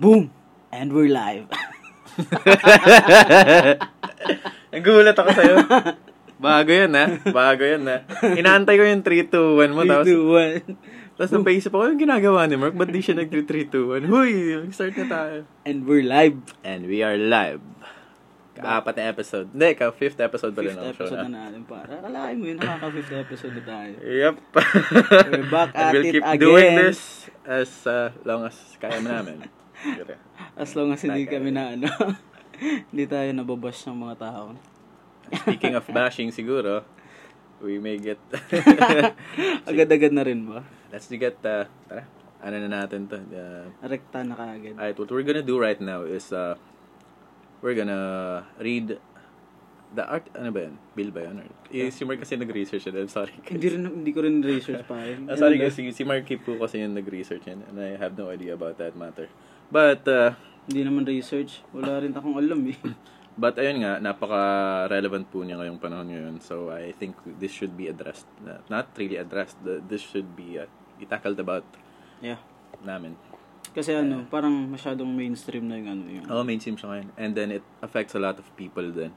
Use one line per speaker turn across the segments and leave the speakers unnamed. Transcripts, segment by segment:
Boom! And we're live.
Nagulat ako sa'yo. Bago yun, ha? Bago yun, ha? Inaantay ko yung 3, 2, 1 mo. Ano Tapos,
3, 2, 1.
tapos napaisip ako, "Ano yung ginagawa ni Mark, ba't di siya nag 3, 2, 1? Huy, start na tayo.
And we're live.
And we are live. Kaapat na episode. Hindi, ka-fifth episode pa rin
Fifth
ako.
episode na natin para. Kalahin mo yun, nakaka-fifth episode na tayo.
Yep.
We're back
And
at
we'll
it
keep
again.
doing this as uh, long as kaya mo namin.
As long as hindi
Like,
kami na ano, hindi tayo nababash ng mga tao.
Speaking of bashing, siguro, we may get...
Agad-agad na rin ba?
Let's get... Uh, tara, ano na natin to? Uh,
Rekta na kaagad.
Alright, what we're gonna do right now is uh, we're gonna read the art, ano ba yun? Bill ba yun? Or, eh, si Mark kasi nag-research yun. eh. I'm sorry.
Hindi, rin, hindi ko rin research pa. eh.
I'm Ah, sorry guys, si, si Mark Kip po kasi yung nag-research yun and I have no idea about that matter. But, uh,
Hindi naman research. Wala rin akong alam eh.
but ayun nga, napaka-relevant po niya ngayong panahon ngayon. So, I think this should be addressed. Uh, Not really addressed, th- this should be uh, itackled about
Yeah.
namin.
Kasi ano, parang masyadong mainstream na yung ano yun.
Oo, mainstream siya ngayon. And then, it affects a lot of people then.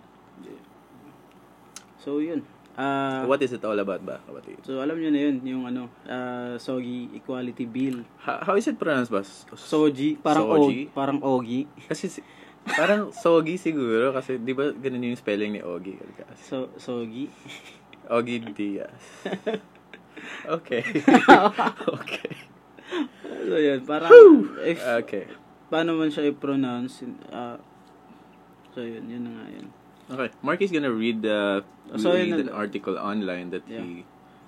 So yun. Ah,
What is it all about ba, kapatid?
So alam niyo na yun, yung ano, ah, SOGI Equality Bill.
How, how is it pronounced ba? S-
SOGI, parang
SOGI?
Og- parang Ogi.
Kasi si- parang Sogi siguro kasi 'di ba ganun yung spelling ni Ogi?
So SOGI.
Ogi Diaz. Okay. okay.
so yun, parang if
Okay.
paano man siya i-pronounce ah, So yun, yun na nga yun.
Okay. Mark is gonna read the
So,
read
yun
an article online that he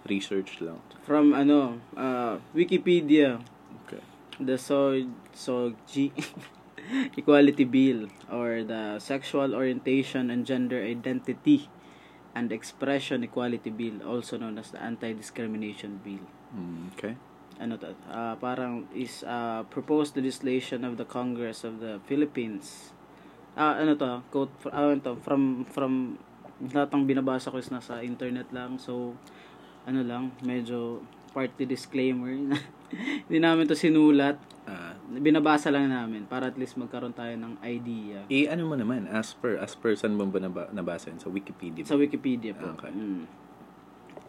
researched lang.
From ano, ah, Wikipedia,
Okay.
the so SOGI Equality Bill or the Sexual Orientation and Gender Identity and Expression Equality Bill, also known as the Anti-Discrimination Bill.
Mm, okay.
ano to, ah, parang is ah, proposed legislation of the Congress of the Philippines. Ah, ano to, quote, fr- ah, ano to, from, from, lahat ng binabasa ko is nasa internet lang, so, ano lang, medyo party disclaimer. Hindi namin to sinulat,
Ah,
binabasa lang namin para at least magkaroon tayo ng idea.
eh ano mo naman as per as per saan mo ba naba- nabasa yun? sa Wikipedia.
Sa
Ah,
Wikipedia po.
Okay.
Mm.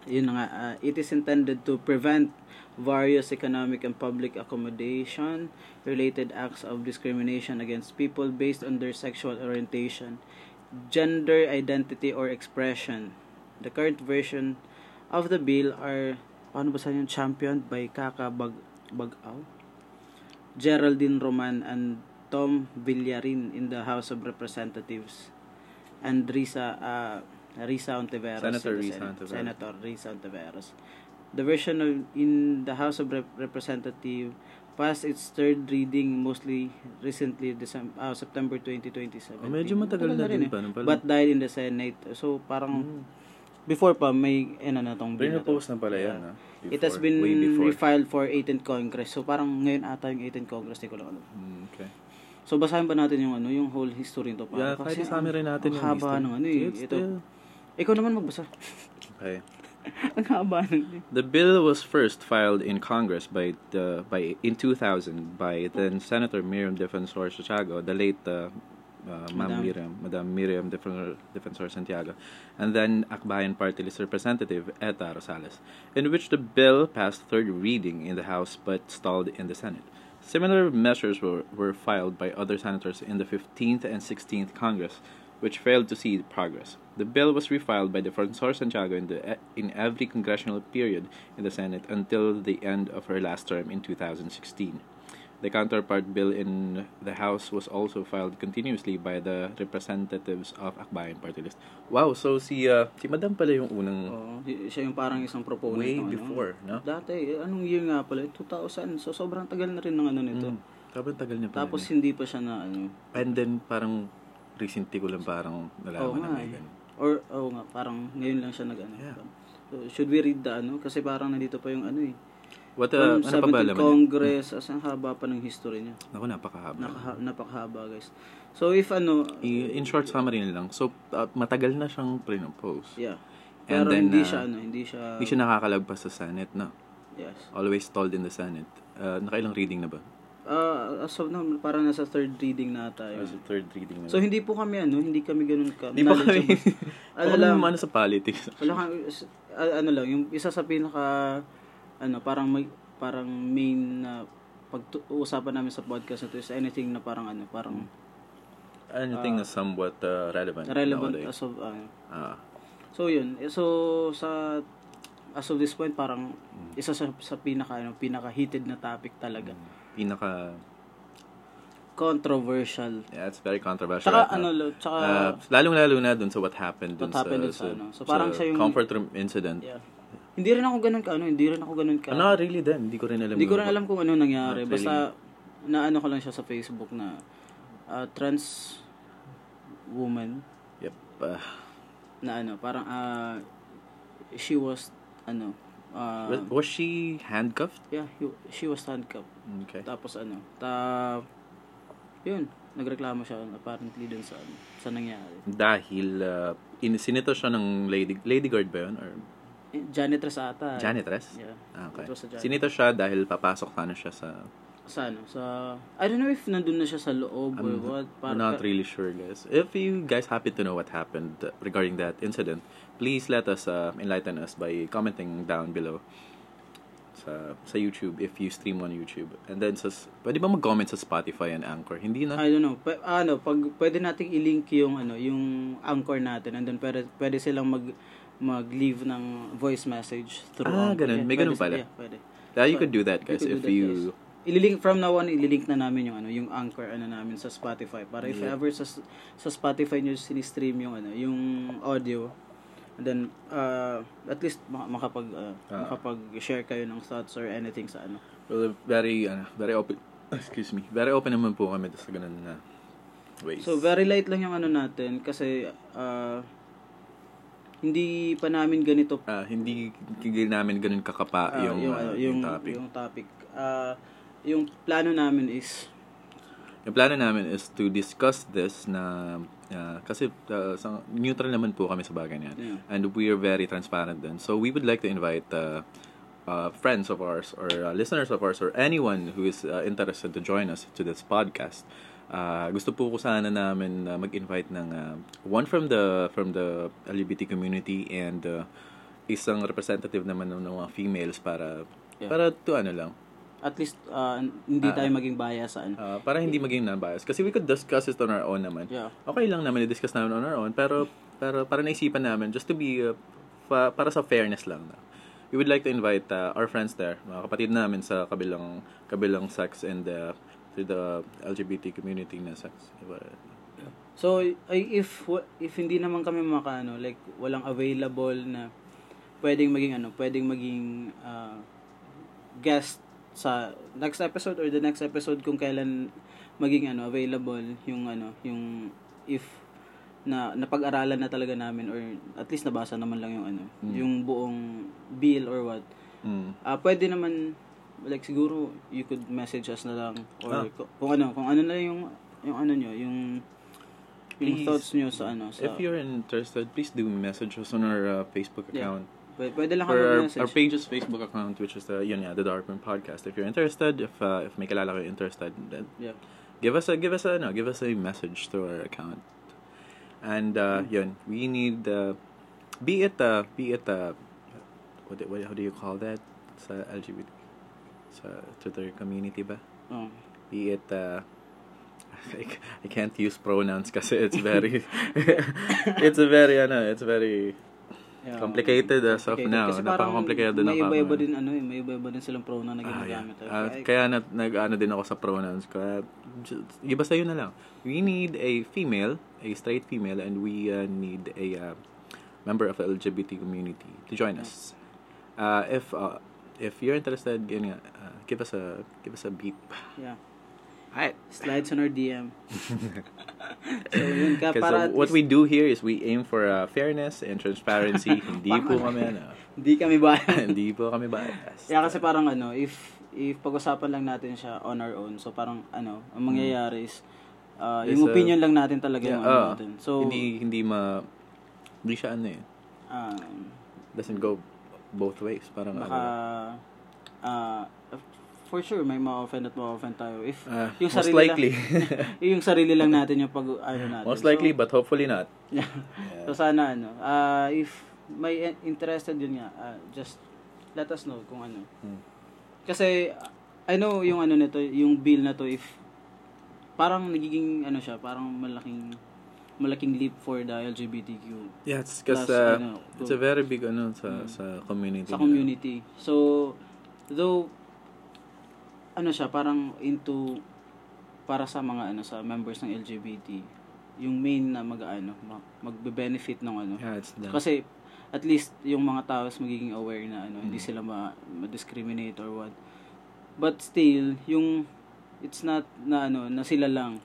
Yun na nga. ah, it is intended to prevent various economic and public accommodation related acts of discrimination against people based on their sexual orientation, gender identity, or expression. The current version of the bill are, paano ba sa yung championed by Kaka Bag Bagaw? Geraldine Roman and Tom Villarin in the House of Representatives and Risa uh, Risa Ontiveros
Senator
in the
Risa
Senate.
Ontiveros.
Senator Risa Ontiveros The version of, in the House of Rep- Representatives passed its third reading mostly recently December, uh, September 2027.
Oh, medyo matagal na din pa, no, pala.
eh. But died in the Senate. So parang before pa may ano na tong bill na to.
Rinopost na pala yan, ha?
It has
Before,
been
way before.
refiled for 18th Congress. So parang ngayon ata yung 18th Congress, di ko lang alam.
Mm, okay.
So basahin ba natin yung ano, yung whole history nito
Yeah,
para
kahit summary
ang
natin yung
haba
history.
ng ano eh.
It's
Ito.
still-
Ikaw naman magbasa.
Okay.
ang haba ng
The bill was first filed in Congress by the by in 2000 by then Senator Miriam Defensor Santiago, the late uh, uh, Ma'am
Madam.
Miriam, Madam Miriam Defensor, Defensor Santiago, and then Akbayan Party List Representative Eta Rosales, in which the bill passed third reading in the House but stalled in the Senate. Similar measures were, were filed by other senators in the 15th and 16th Congress, which failed to see progress. The bill was refiled by Defensor Santiago in, the, in every congressional period in the Senate until the end of her last term in 2016. The counterpart bill in the House was also filed continuously by the representatives of Akbayan Party List. Wow, so si, uh, si Madam pala yung unang
Oo, y- siya yung parang isang proponent.
Hmm. way
ng ano.
before, no?
Dati, eh, anong year nga pala? 2000. So sobrang tagal na rin ng ano nito.
Hmm. Sobrang tagal niya pala.
Tapos hindi pa siya na ano.
And then parang recently ko lang parang
Oo
nalaman na
nga
may
eh.
ganun.
Or, oo nga, parang ngayon lang siya nag ano.
Yeah.
So, should we read the ano? Kasi parang nandito pa yung ano eh.
What uh,
From
ano pa ba
17th
laman?
Congress, as ang haba pa ng history niya.
Ako napakahaba.
Nakaha- napakahaba guys. So if ano,
I- In short summary na lang. So uh, matagal na siyang pre-pose.
yeah.
And
Pero
then,
hindi
uh,
siya ano, hindi siya,
Hindi siya nakakalagpas sa Senate, no?
yes.
Always stalled in the Senate. Uh, nakailang reading na ba?
Ah, as of now, parang nasa third reading na tayo.
Or is it third reading na
So,
ba?
hindi po kami ano, hindi kami ganun ka.
Hindi pa kami,
knowledgeable. ano
ano
lang,
naman sa politics.
wala kang, s- a- ano lang, yung isa sa pinaka, ano, parang may, parang main na pag-uusapan namin sa podcast na to is anything na parang ano, parang
Hmm. Anything na somewhat uh, relevant.
relevant
nowadays.
as of, ano.
Ah.
So, yun. Eh, So, sa, as of this point, parang
Mm.
isa sa, sa pinaka, ano, pinaka-heated na topic talaga.
pinaka...
Controversial.
Yeah, it's very controversial.
Tsaka,
right now.
ano, lo- tsaka,
Uh, lalong-lalo na dun sa what happened dun
What
sa,
happened dun sa ano. So, parang siya yung-
comfort room incident.
yeah. Hindi rin ako ganun ka, ano, hindi rin ako ganun ka.
Uh, Ano, not really then. Hindi ko rin alam.
Hindi ko
yung-
rin alam kung ano nangyari.
Not really.
Basta, naano ko lang siya sa Facebook na ah, trans woman
Yep. ah,
na ano, parang ah, she was, ano, ah,
was- was she handcuffed?
yeah, he- she was handcuffed.
Okay.
Tapos ano, ta, yun, nagreklamo siya apparently dun sa, ano, sa nangyari.
Dahil uh, in, sinito siya ng lady, lady guard ba yun? Or
Eh, Janitress ata. eh.
janitress?
Yeah.
Ah, Okay.
It was a janitress.
Sinito siya dahil papasok sana siya sa...
sa ano, sa, I don't know if nandun na siya sa loob or
Ano,
what.
I'm not really sure, guys. If you guys happen to know what happened uh, regarding that incident, please let us uh, enlighten us by commenting down below sa sa YouTube if you stream on YouTube. And then sa s- pwede ba mag-comment sa Spotify and Anchor? Hindi na.
I don't know. Pa- ano, pag pwede nating i-link yung ano, yung anchor natin and then pwede, pwede silang mag mag-leave ng voice message through
Ah,
Anchor.
ganun. May
pwede
ganun
sila-
pala.
Yeah, pwede.
Yeah, you could do that, guys,
could do that,
if you
guys. Ililink from now on, ililink na namin yung ano, yung anchor ano namin sa Spotify para if
Yeah.
ever sa sa Spotify niyo sinistream yung ano, yung audio and then uh, at least mak- makapag uh,
Ah.
makapag-share kayo ng thoughts or anything sa ano.
Well, very, ano, very open, excuse me, very open naman po kami sa ganun na ways.
So very light lang yung ano natin kasi ah, hindi pa namin ganito
Ah, hindi hindi namin ganun kakapa
ah,
yung, ah,
ano,
yung, topic.
Yung topic. Ah, yung plano namin is
Yung plano namin is to discuss this na ah, kasi ah, sa- neutral naman po kami sa bagay niyan.
Yeah.
And we are very transparent din. So we would like to invite ah, ah, friends of ours or ah, listeners of ours or anyone who is ah, interested to join us to this podcast. Ah, gusto po ko sana namin ah, mag-invite ng ah, one from the from the LGBT community and ah, isang representative naman ng, ng mga females para
Yeah.
para to ano lang
at least ah, hindi tayo maging bias sa ano.
Ah, para hindi maging non-biased. Kasi we could discuss it on our own naman.
Yeah.
Okay lang naman i-discuss namin on our own. Pero, pero para naisipan namin, just to be, uh, fa- para sa fairness lang. Na. We would like to invite uh, our friends there, mga kapatid namin sa kabilang, kabilang sex and uh, to the LGBT community na sex. Diba?
So ay if wa- if hindi naman kami makaano like walang available na pwedeng maging ano, pwedeng maging ah, guest sa next episode or the next episode kung kailan maging ano available yung ano yung if na napag-aralan na talaga namin or at least nabasa naman lang yung ano yung buong bill or what
Mm.
ah pwede naman like siguro you could message us na lang
Ah.
or ku- kung ano kung ano na yung yung ano nyo yung yung
Please.
thoughts nyo sa ano sa
If you're interested, please do message us on our uh, Facebook
Yeah.
account.
pwede, pwede lang kami
For our,
message
our page's Facebook account, which is the, yun nga, the Dark Room Podcast. If you're interested, if, uh, if may kilala kayo interested, then
yeah
give us a give us a no give us a message through our account and uh yun we need uh, be it uh be it uh what, do- what how do you call that sa LGBT sa to their community ba
oh.
be it uh I, c- I can't use pronouns kasi it's very it's a very ano it's very
Yeah,
complicated as of
complicated.
now
Kasi parang
napaka-complicated na
may
parang
iba-iba
ano.
din ano eh, may iba-iba din silang pronoun na
Ah, yeah.
ginagamit. eh.
Ah,
Kaya-
kaya nat- nag-ano din ako sa pronouns ko. Ah, j- Iba sa'yo na lang. We need a female, a straight female, and we uh, need a uh, member of the LGBT community to join us. Uh, if uh, if you're interested, yun nga, uh, give us a give us a beep.
yeah.
Alright.
Slides on our DM. so, yun ka
Because
para at
what we
least
do here is we aim for uh, fairness and transparency. hindi po kami ano,
hindi kami ba.
hindi po kami biased.
Yeah, kasi parang ano, if if pag-usapan lang natin siya on our own, so parang ano, ang mangyayari is uh, yung
There's a-
opinion lang natin talaga
Yeah,
yung ano
ah,
natin. So,
hindi hindi ma hindi siya ano eh.
um,
Ano doesn't go both ways. Parang
baka
ano.
uh, for sure may ma-offend at ma-offend tayo if
Ah,
Yung
most
sarili
likely.
yung sarili lang natin yung pag ano natin. So,
most likely, but hopefully not.
Yeah.
Yeah.
So sana ano, ah, if may in- interested yun nga, ah, just let us know kung ano.
Hmm.
Kasi ah, I know yung ano nito, yung bill na to if parang nagiging ano siya, parang malaking malaking leap for the LGBTQ
Yeah, it's because
Plus,
uh,
ano,
it's a very big ano
Mm.
sa sa community.
sa
nila.
community. So though ano siya, parang into para sa mga ano sa members ng LGBT, yung main na mag-ano, mag- magbe-benefit ng ano,
Yeah, it's the,
Kasi at least yung mga tao is magiging aware na ano,
Mm.
hindi sila ma- ma-discriminate or what. But still, yung it's not na ano, na sila lang.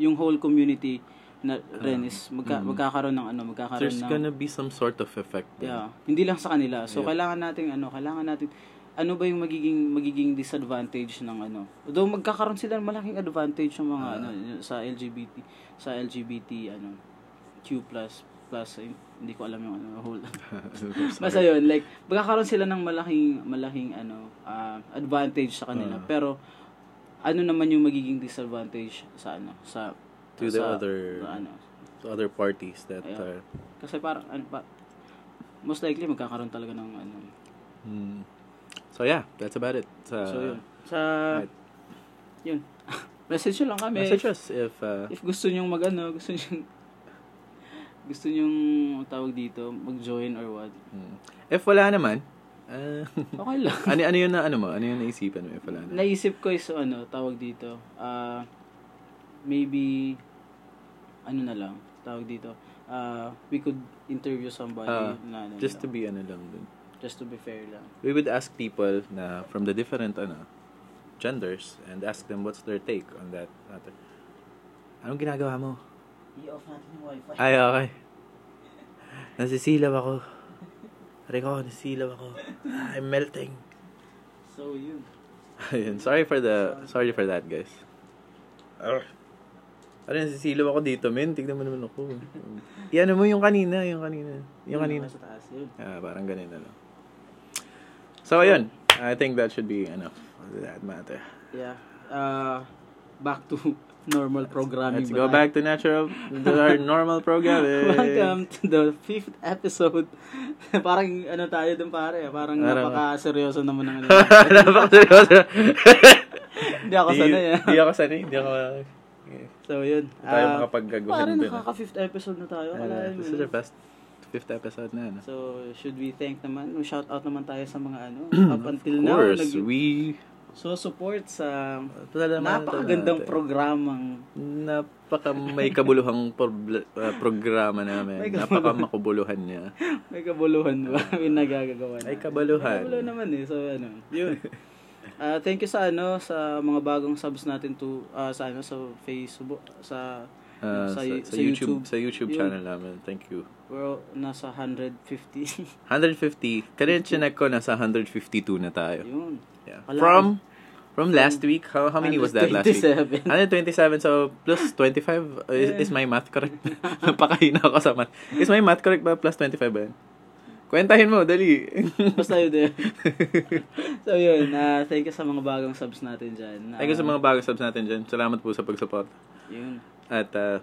Yung whole community na rin is magka-
mm.
magkakaroon ng ano, magkakaroon
there's
ng
gonna be some sort of effect. there.
yeah, hindi lang sa kanila. So
Yep.
kailangan natin ano, kailangan natin ano ba yung magiging magiging disadvantage ng ano? Although magkakaroon sila ng malaking advantage ng mga
Ah.
ano y- sa LGBT sa LGBT ano Q++ plus eh, hindi ko alam yung ano whole. Basta
Sorry.
yun, like magkakaroon sila ng malaking malaking ano ah, advantage sa kanila.
Ah.
Pero ano naman yung magiging disadvantage sa ano sa
To the
sa-
other-
sa ano
To other parties that
Yeah.
are
kasi parang ano pa most likely magkakaroon talaga ng ano
mm. So yeah, that's about it. Uh,
so yun Uh, sa
right.
yun message nyo lang kami
Message us if uh,
if gusto nyo mag ano gusto nyo gusto nyo tawag dito mag join or what
mm. if wala naman. Uh,
okay lang
ano ano yun na ano mo? Ano yung naisipan mo if wala naman?
naisip ko is ano tawag dito ah maybe ano na lang tawag dito ah we could interview somebody
Ah,
na ano
Just to
lang.
be ano lang dun.
just to be fair lang
We would ask people na from the different ano genders and ask them what's their take on that matter. Anong ginagawa mo?
i-off natin yung wifi
Ay, ah. okay. Nasisilaw ako. Aray ko, nasisilaw ako. I'm melting.
so yun
Ayun, sorry for the, sorry for that, guys. Aray, nasisilaw ako dito, men. Tignan mo naman ako. Iyan mo yung kanina, yung kanina. Yung kanina.
nasa taas yun
Ah, parang ganun na lang. So, ayun. I think that should be enough for that matter.
Yeah. Uh, back to normal programming.
Let's go
ba
back to natural, to our normal
tayo?
programming.
Welcome to the fifth episode. parang ano tayo dun pare, parang
Parang-
napaka-seryoso naman ng ano.
Napakaseryoso.
Hindi ako sanay ah.
Di ako sanay. Di ako...
So yun.
tayo
Ah,
makapaggagawa
pare
ng dun. eh.
nakaka-fifth episode na tayo. Akalain mo
this is
yun.
our best fifth episode na. Ano?
So, should we thank naman, o shout out naman tayo sa mga ano, up until
Of
now.
course,
nag-
we...
so, support sa
Salamat
napakagandang
natin.
programang
Napaka may kabuluhang probl- uh, programa namin.
May kabuluhan.
Napaka makabuluhan niya.
May kabuluhan ba? May nagagagawa na.
May kabuluhan.
May kabuluhan naman eh. So, ano, yun. Ah, thank you sa ano sa mga bagong subs natin to ah, sa ano sa Facebook sa
Uh,
Sa
sa,
y-
sa
sa
YouTube,
YouTube.
sa YouTube
Yun.
channel namin. Thank you.
we're all- nasa 150.
150. Kanina chinek ko nasa 152 na tayo.
yun.
Yeah.
Wala. eh.
From from last week, how, how many was that last week?
127.
127 so plus 25 uh, is, is my math correct? Napakahina ako sa math. Is my math correct ba plus 25 ba? yun? Kwentahin mo, dali.
Basta yun din. so yun, ah, thank you sa mga bagong subs natin diyan.
Thank you sa mga bagong subs natin dyan. Salamat po sa pag-support.
yun.
At uh,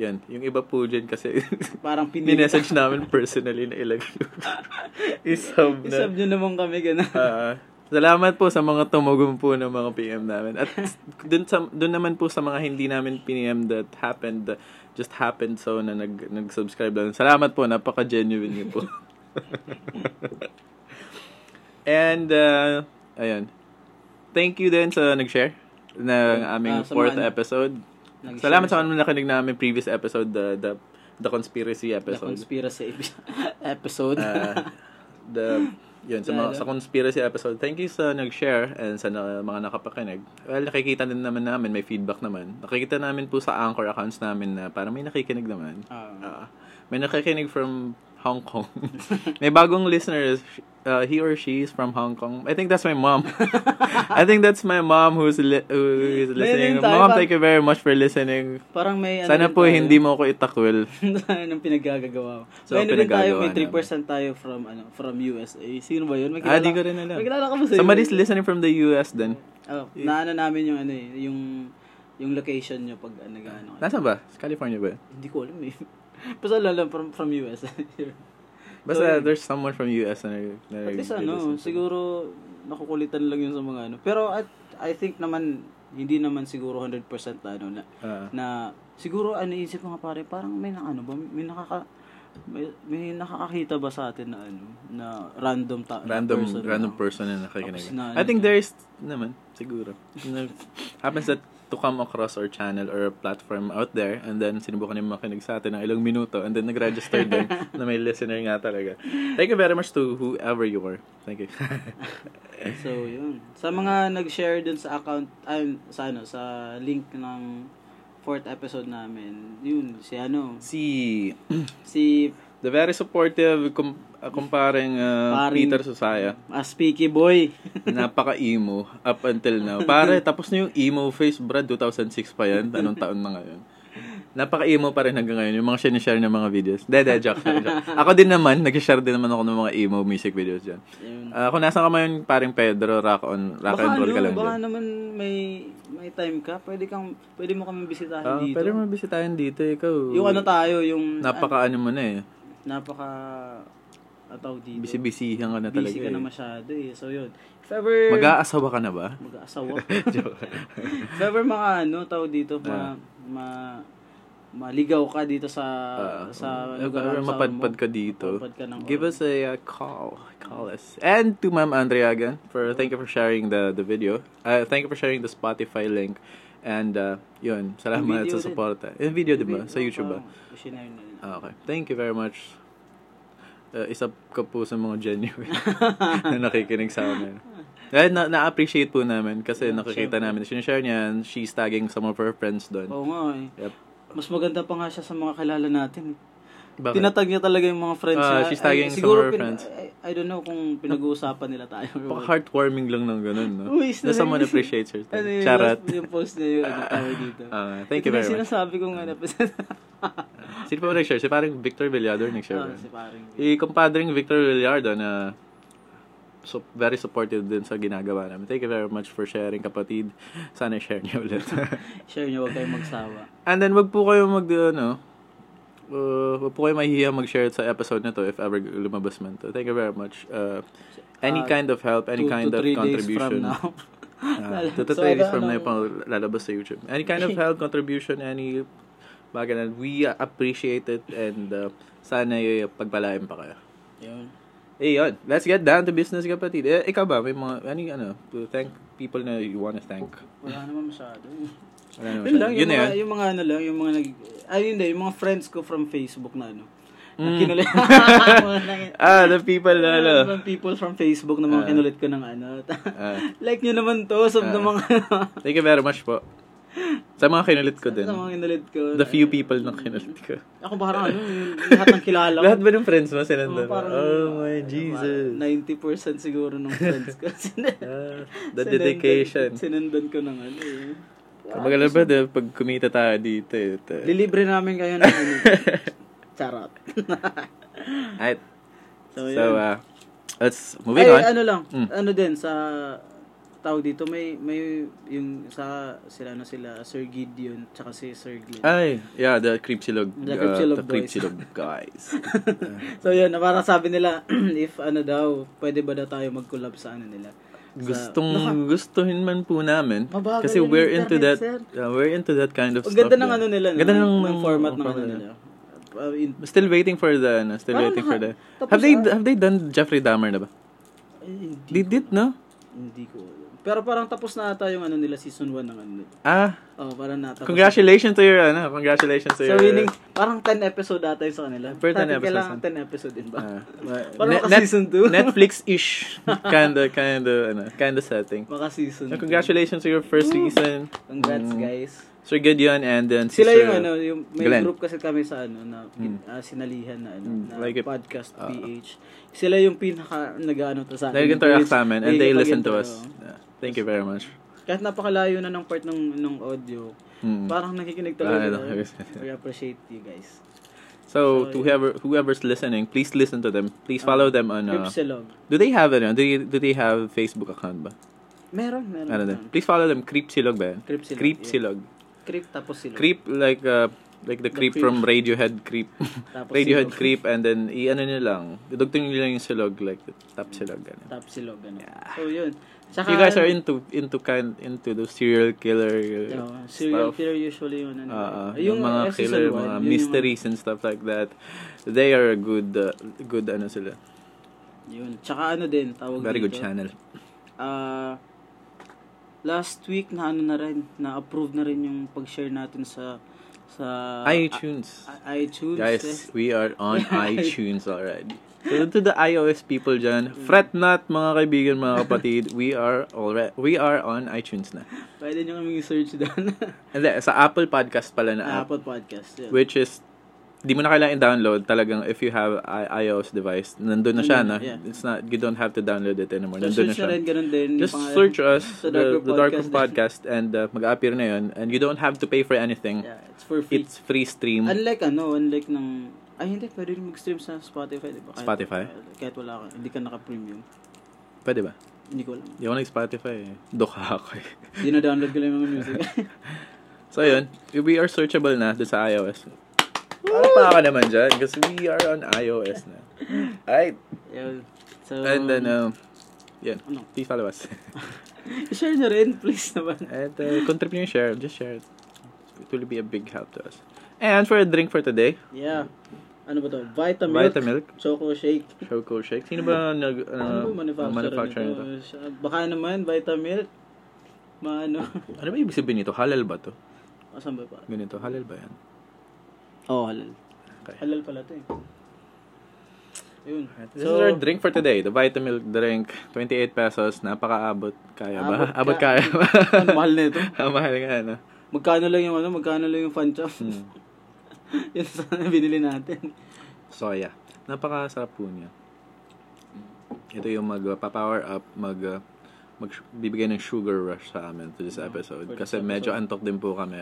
yun, yung iba po dyan kasi
Parang pinili.
minessage namin personally na ilagay. Isub
Isub
na.
nyo naman kami ganun.
Ah, salamat po sa mga tumugon po ng mga PM namin. At dun, sa, dun naman po sa mga hindi namin PM that happened, that just happened so na nag, nag-subscribe lang. Salamat po, napaka-genuine niyo po. And, uh, ayun. Thank you din sa nag-share ng aming
Ah, sa
fourth
mga-
episode.
Nag-share
Salamat
sa-
sa mga nakinig na aming previous episode, the, the, the conspiracy
The
episode.
conspiracy episode.
Ah, the yun sa, mga, sa conspiracy episode. Thank you sa nag-share and sa na- mga nakapakinig. Well, nakikita din naman namin, may feedback naman. Nakikita namin po sa Anchor accounts namin na parang may nakikinig naman.
Ah.
Ah, may nakikinig from Hong Kong. May bagong listeners. Uh, he or she is from Hong Kong. I think that's my mom. I think that's my mom who's li- who is
Meron
listening.
tayo
Mom,
pa-
thank you very much for listening.
Parang may... ano
Sana
rin
po
tayo.
hindi mo ako itakwil.
Anong pinaggagawa mo?
So,
So, Mayroon din tayo,
pinagagawa
may
namin.
3% tayo from ano from USA. Sino ba yun? May
Ah,
kilala-
di ko rin alam.
May kilala ka ba sa'yo?
Somebody's listening from the US then.
Oh, naano namin yung ano eh, yung yung location nyo pag ah, nag-ano. kayo.
Nasaan ba? California ba?
Hindi ko alam eh. Basta alam lang from, from US. So,
Basta there's someone from US na nag- na
At least
nag-listen
ano,
to-
siguro nakukulitan lang yun sa mga ano. Pero at I think naman hindi naman siguro 100% na ano na,
Ah.
na siguro ano isip ko nga pare, parang may na, ano ba may nakaka may, may nakakakita ba sa atin na ano na random ta na
random
person na-
random person na nakikinig.
Tapos na- ano.
I think there is naman siguro. Na- happens that to come across our channel or a platform out there and then sinubukan niya makinig sa atin ng ilang minuto and then nag-register din na may listener nga talaga. Thank you very much to whoever you are. Thank you.
So yun. Sa mga nag-share dun sa account ay sa ano sa link ng fourth episode namin. Yun si ano
si
si
the very supportive com- uh, kumparing uh,
Paring-
Peter Susaya.
ah, Speaky Boy.
Napaka-emo up until now. Pare, tapos na yung emo phase, Brad. 2006 pa yan. Anong taon na ngayon? Napaka-emo pa rin hanggang ngayon. Yung mga sinishare ng mga videos. Dede, joke, joke. joke. Ako din naman, nag-share din naman ako ng mga emo music videos dyan.
Yun.
Ah, kung nasa ka ngayon, paring Pedro, rock on, rock and roll ka lang
baka ano
dyan.
naman may may time ka. Pwede kang pwede mo kami bisitahin
Ah,
dito.
pwede mo bisitahin dito, ikaw.
Yung ano tayo, yung
Napaka ano mo na eh.
an- napaka ataw dito.
Bisibisihan ka na talaga.
Busy ka
eh.
na masyado eh. So yun. If ever
Mag-aasawa ka na ba?
mag-aasawa.
Joke.
If ever mga ano, tao dito, ma, ma, maligaw ka dito sa,
Ah,
sa
If
ang
ever mapadpad
sahod
ka dito.
mo. Mapadpad ka ng
Give us a uh, call. Call us. And to Ma'am Andrea again for thank you for sharing the the video. Uh, thank you for sharing the Spotify link. And uh, yun, salamat
video din.
sa suporta. Yung video, di ba? diba? Sa YouTube ah. ba?
Sinare oh, na nila.
Ah, okay. Thank you very much. Uh, isa ka po sa mga genuine na nakikinig sa amin. Dahil na- na-appreciate po namin kasi
Yeah,
nakikita
syempre.
namin. Sinishare niya and she's tagging some of her friends doon.
Oo nga eh.
Yep.
Mas maganda pa nga siya sa mga kilala natin. eh.
Bakit?
Tinatag niya talaga yung mga friends
Ah,
niya.
she's tagging
Ay,
some
siguro
of her
pin-
friends.
I, I don't know kung pinag-uusapan nila tayo. or
Baka
what.
heartwarming lang ng ganun, no?
Uy, is
Na
na-
someone appreciates her.
Ano yung,
Charat.
yung post niya yung ano, tawag dito.
Ah, thank you
Ito na
very much. Ah,
sinasabi ano, ko nga na.
Sino pa ba nag-share? Si parang Victor Villador nag-share.
Ah,
yun.
si paring.
Eh, kumpadring Victor Villardo na so, very supportive din sa ginagawa namin. Thank you very much for sharing, kapatid. Sana share niyo ulit.
Share niyo, huwag kayong magsawa.
And then, wag po kayo mag, ano, uh, wag po kayo mahihiya mag-share sa episode na to if ever lumabas man to. Thank you very much. Uh, any
Ah,
kind of help, any
Two to
kind of
three days
contribution.
from now.
Ah, two to
So,
three days
ano,
from now
anong-
pang lalabas sa YouTube. Any kind of help, contribution, any bagay na we appreciate it and uh, sana yung pagpalain pa kayo.
Yun.
Eh, yun. Let's get down to business, kapatid. Eh, ikaw ba? May mga, any, ano, to thank people na you wanna thank.
Wala naman masyado.
Wala naman
Yun
siya.
lang, yung,
na
mga,
Ano, yun.
yung mga ano lang, yung mga nag... Ay, hindi, yung mga friends ko from Facebook na ano. Na
Mm.
kinulit.
Ah, the people na, ano.
From people from Facebook na mga
Ah.
kinulit ko ng ano.
Ah,
like nyo naman to, sub na
Ah.
mga...
thank you very much po. Sa mga kinulit ko din.
sa mga kinulit ko.
The few people na kinulit ko.
Ako parang ano, yung lahat ng kilala ko.
Lahat ba ng friends mo
Oo,
sinanda?
parang-
Oh my
ano,
Jesus.
parang 90% siguro ng friends ko. Sinundan-
Ah, the dedication.
Sinundan ko ng ano eh.
Magalang ba dahil pag kumita tayo dito? eh, Ito.
Lilibre namin kayo ng ano. Charot.
Alright.
so,
So,
yun.
uh, let's moving
Ay,
on.
ano lang.
Mm.
Ano din, sa tao dito, may, may yung sa sila na sila, Sir Gideon, tsaka si Sir Glenn.
Ay, yeah, the Cripsilog.
The Cripsilog
the
boys.
Cripsilog guys.
so yun, parang sabi nila, if ano daw, pwede ba daw tayo mag-collab sa ano nila?
Gustong gustuhin man po namin
Mabagal
kasi
yung
we're into that
internet,
uh, we're into that kind of
Ang
stuff.
ganda ng
din.
ano nila, no?
Ganda ng,
ng format ng ano
nila.
nila. Uh, in,
Still waiting for the ano, still
Parang
waiting for the
lahat. Tapos,
Have they
ah,
have they done Jeffrey Dahmer na ba?
ay, eh, hindi,
They did no?
hindi ko alam. Pero parang tapos na ata yung ano nila, season 1 ng ano nila.
Ah,
Oh, parang natapos.
congratulations to your ano, congratulations to
So,
your
meaning, parang 10 episode ata yung sa kanila.
Per 10
Dati
episodes,
Kailangan
no?
10 episode din ba?
Ah,
Parang
net-
maka
net-
season two.
Netflix-ish kind of kind of ano, kind of setting.
Maka season.
Congratulations to your first season.
Congrats,
Mm.
guys.
Sir Gideon and then
Sila
Sister,
yung ano, yung may
Glenn.
group kasi kami sa ano na
Mm.
ah, sinalihan na ano,
Mm,
na
like if-
podcast
ah.
PH. Sila yung pinaka nag-ano to sa akin.
Nag-interact sa amin and they listen to us.
Nagpag-interact.
Yeah. Thank you very much.
Kahit napakalayo na ng part ng ng audio,
Mm.
parang nakikinig
Ah, I
talaga.
know.
We appreciate you guys.
So,
So,
to
yeah.
whoever whoever's listening, please listen to them. Please
Oh.
follow them on uh,
Cripsilog.
Do they have ano? Do, you, do they have Facebook account ba?
Meron, meron. meron.
Ano din? Please follow them Creep Silog ba? yan?
Creep silog.
Creep
yeah.
Silog.
Creep tapos silog.
Creep like uh, like
The
the creep
creep.
from Radiohead Creep.
Tapos
Radiohead
silog.
Creep and then i-ano nyo lang. Dudugtong nyo lang yung silog like the top silog ganun.
Tapos silog. Ano. So yun. Tsaka, ano,
you guys are into into kind into those serial killer
you
uh,
know, oh, serial
stuff.
killer usually yun. Ano,
Ah, ah,
yung,
yung, mga
eh, season
killer,
one,
mga
yun yung-
mysteries and stuff like that. They are a good uh, good ano sila.
Yun. Tsaka ano din, tawag
Very good
dito.
channel.
Ah, last week na ano na rin, na-approve na rin yung pag-share natin sa sa
iTunes.
i- uh, iTunes. eh.
Guys, we are on
Yeah.
iTunes already. So to the iOS people dyan, fret not mga kaibigan, mga kapatid. We are already we are on iTunes na.
eh. Pwede nyo kaming search doon.
Hindi, sa Apple Podcast pala na app,
Apple Podcast. Yun.
which is di mo na kailangan download talagang if you have i- iOS device nandun na siya na
Nandun, Mm, yeah.
it's not you don't have to download it anymore
so,
nandun na
search na
siya
rin, ganun din. yung
Just
pangalan.
search us,
Sa Dark
the, the
Room
Dark Room
Podcast
Podcast, and uh, mag-appear na yun. And you don't have to pay for anything.
Yeah, it's for free.
It's um, free stream.
Unlike ano, unlike ng... Ay, hindi. Pwede rin mag-stream sa Spotify, di ba? Kahit-
Spotify?
Kahit wala ka, hindi ka naka-premium.
Pwede ba?
Hindi ko alam.
Di ako nag-Spotify eh. Doka ako eh.
Dinadownload ko lang yung mga music.
So yun, we are searchable na doon sa iOS. Parang pa ako naman dyan, because we are on iOS na. Alright,
Yun. So,
and then, um, yan,
Ano?
please follow us.
share nyo rin, please naman.
And uh, contribute nyo yung share, just share it. It will be a big help to us. And for a drink for today,
Yeah. Ano ba to? Vitamilk.
Vitamilk,
Choco Shake.
Choco Shake. Sino ba nag, uh,
ano ba manufacturer,
manufacturer nito?
nito? Siya- Baka naman, Vitamilk. Maano.
Ano ba ibig sabihin nito? Halal ba to?
Asan ba pa?
Ganito, halal ba yan?
Oo, oh, halal.
Okay.
Halal pala eh. to eh. Yun.
This is our drink for today, the Vitamilk drink. 28 pesos, napakaabot. Kaya ba? Abot,
Abot ka-
kaya ba?
Ang mahal na ito.
Ang mahal nga, Hmm. ano?
Magkano lang yung ano, magkano lang yung fan shop. Yun sana binili natin.
Soya. Napakasarap po niya. Ito yung magpa-power up, mag, uh, mag bibigay ng sugar rush sa amin to this
Mm,
episode.
for this Ah.
Kasi medyo antok din po kami.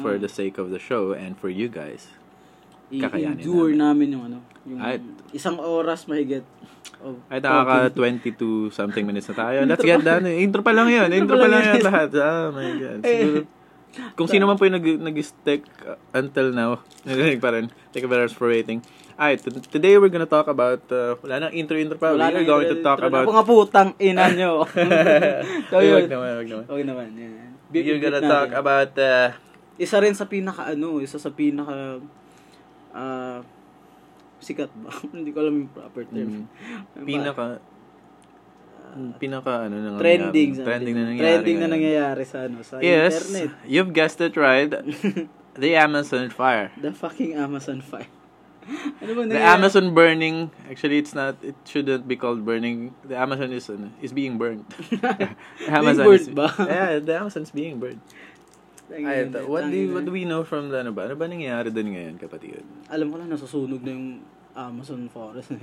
Oo.
for the sake of the show and for you guys, Kakayanin
I-endure namin yung ano. Yung
Ay.
isang oras mahigit. Of
Ay,
talking.
nakaka 22 something minutes na tayo. Let's get done. Intro pa lang yun. Intro pa lang yun lahat. Oh my God.
Eh.
Siguro, kung sino man po yung nag- nag-stick uh, until now, narinig pa rin. Thank you very much for waiting. Ay, t- today we're gonna talk about, uh, wala nang intro-intro pa.
Wala nang
we are going to
intro-
talk
intro na.
about,
Mga putang ina nyo. so,
Ay,
yun.
wag naman, wag naman.
Okay naman. Yan. yan.
We're gonna
Bibigit
talk
natin.
about, uh,
Isa rin sa pinaka ano, isa sa pinaka ah sikat ba? Hindi ko alam yung proper term. ah,
mm, pinaka, pinaka, ano na nangyari.
trending sa-
Trending na nangyari.
trending na
ngayon.
nangyayari sa ano sa
Yes,
internet.
you've guessed it right. The Amazon fire.
The fucking Amazon fire. ano ba
The
nangyayari?
Amazon burning, actually it's not it shouldn't be called burning. The Amazon is ano, is being burned. The
burnt ba?
Yeah, the Amazon is being burned.
Tangina,
Ay, ito, what do
tangina.
what do we know from the ano ba? Ano ba nangyayari doon ngayon, kapatid?
Alam ko lang nasusunog na yung Amazon forest.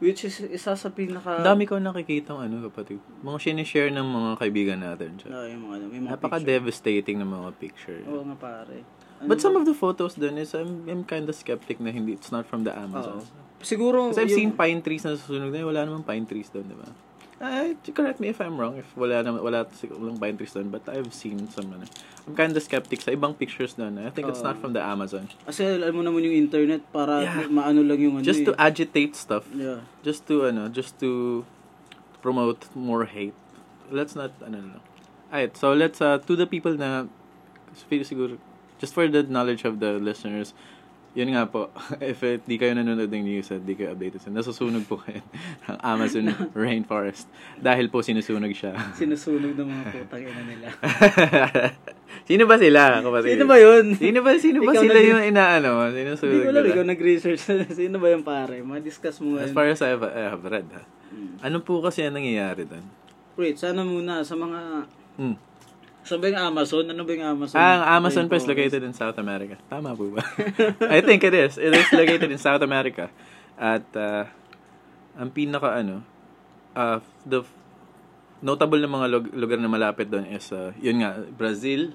Which is isa sa pinaka
Ang dami ko nakikita ano, kapatid. Mga sinishare ng mga kaibigan natin. So,
Ah, yung mga ano, may mga picture.
Napaka-devastating ng mga picture.
Oo nga pare. Ano
But
ba-
some of the photos doon is I'm, I'm kind of skeptic na hindi it's not from the Amazon.
Oo. Siguro,
Because I've
yung-
seen pine trees na nasusunog na, wala namang pine trees doon, di ba? Uh, correct me if I'm wrong, if wala naman, wala sig- walang pine trees doon, but I've seen some, ano. I'm kind of skeptic sa ibang pictures doon. I think it's
Oo.
not from the Amazon.
Kasi alam mo naman yung internet para
Yeah.
maano lang yung ano
Just
eh.
to agitate stuff,
Yeah.
just to, ano, just to promote more hate. Let's not, ano, ano. Alright, so let's, uh, to the people na, sig- siguro, just for the knowledge of the listeners, yun nga po, if eh, di kayo nanonood ng news at di kayo updated sa, nasusunog po kayo ang Amazon rainforest dahil po sinusunog siya.
Sinusunog ng mga putang ina nila.
sino ba sila? Kapatid?
Sino ba yun?
Sino ba, sino ba
Ikaw
sila
nag-
yung inaano?
Hindi
Sinusunog
ko alam,
nila?
ikaw nag-research. Sino ba yung pare? Ma-discuss mo
As
ngayon.
far as I have, I have read, ha?
Mm.
Ano po kasi ang nangyayari doon?
Wait, sana muna sa mga
Hmm.
Saan ba yung Amazon? Ano ba yung Amazon?
Ah, ang Amazon
Ayun
pa is
po.
located in South America. Tama po ba? I think it is. It is located in South America. At uh, ang pinaka ano, uh, the f- notable na mga lug- lugar na malapit doon is, uh, yun nga, Brazil.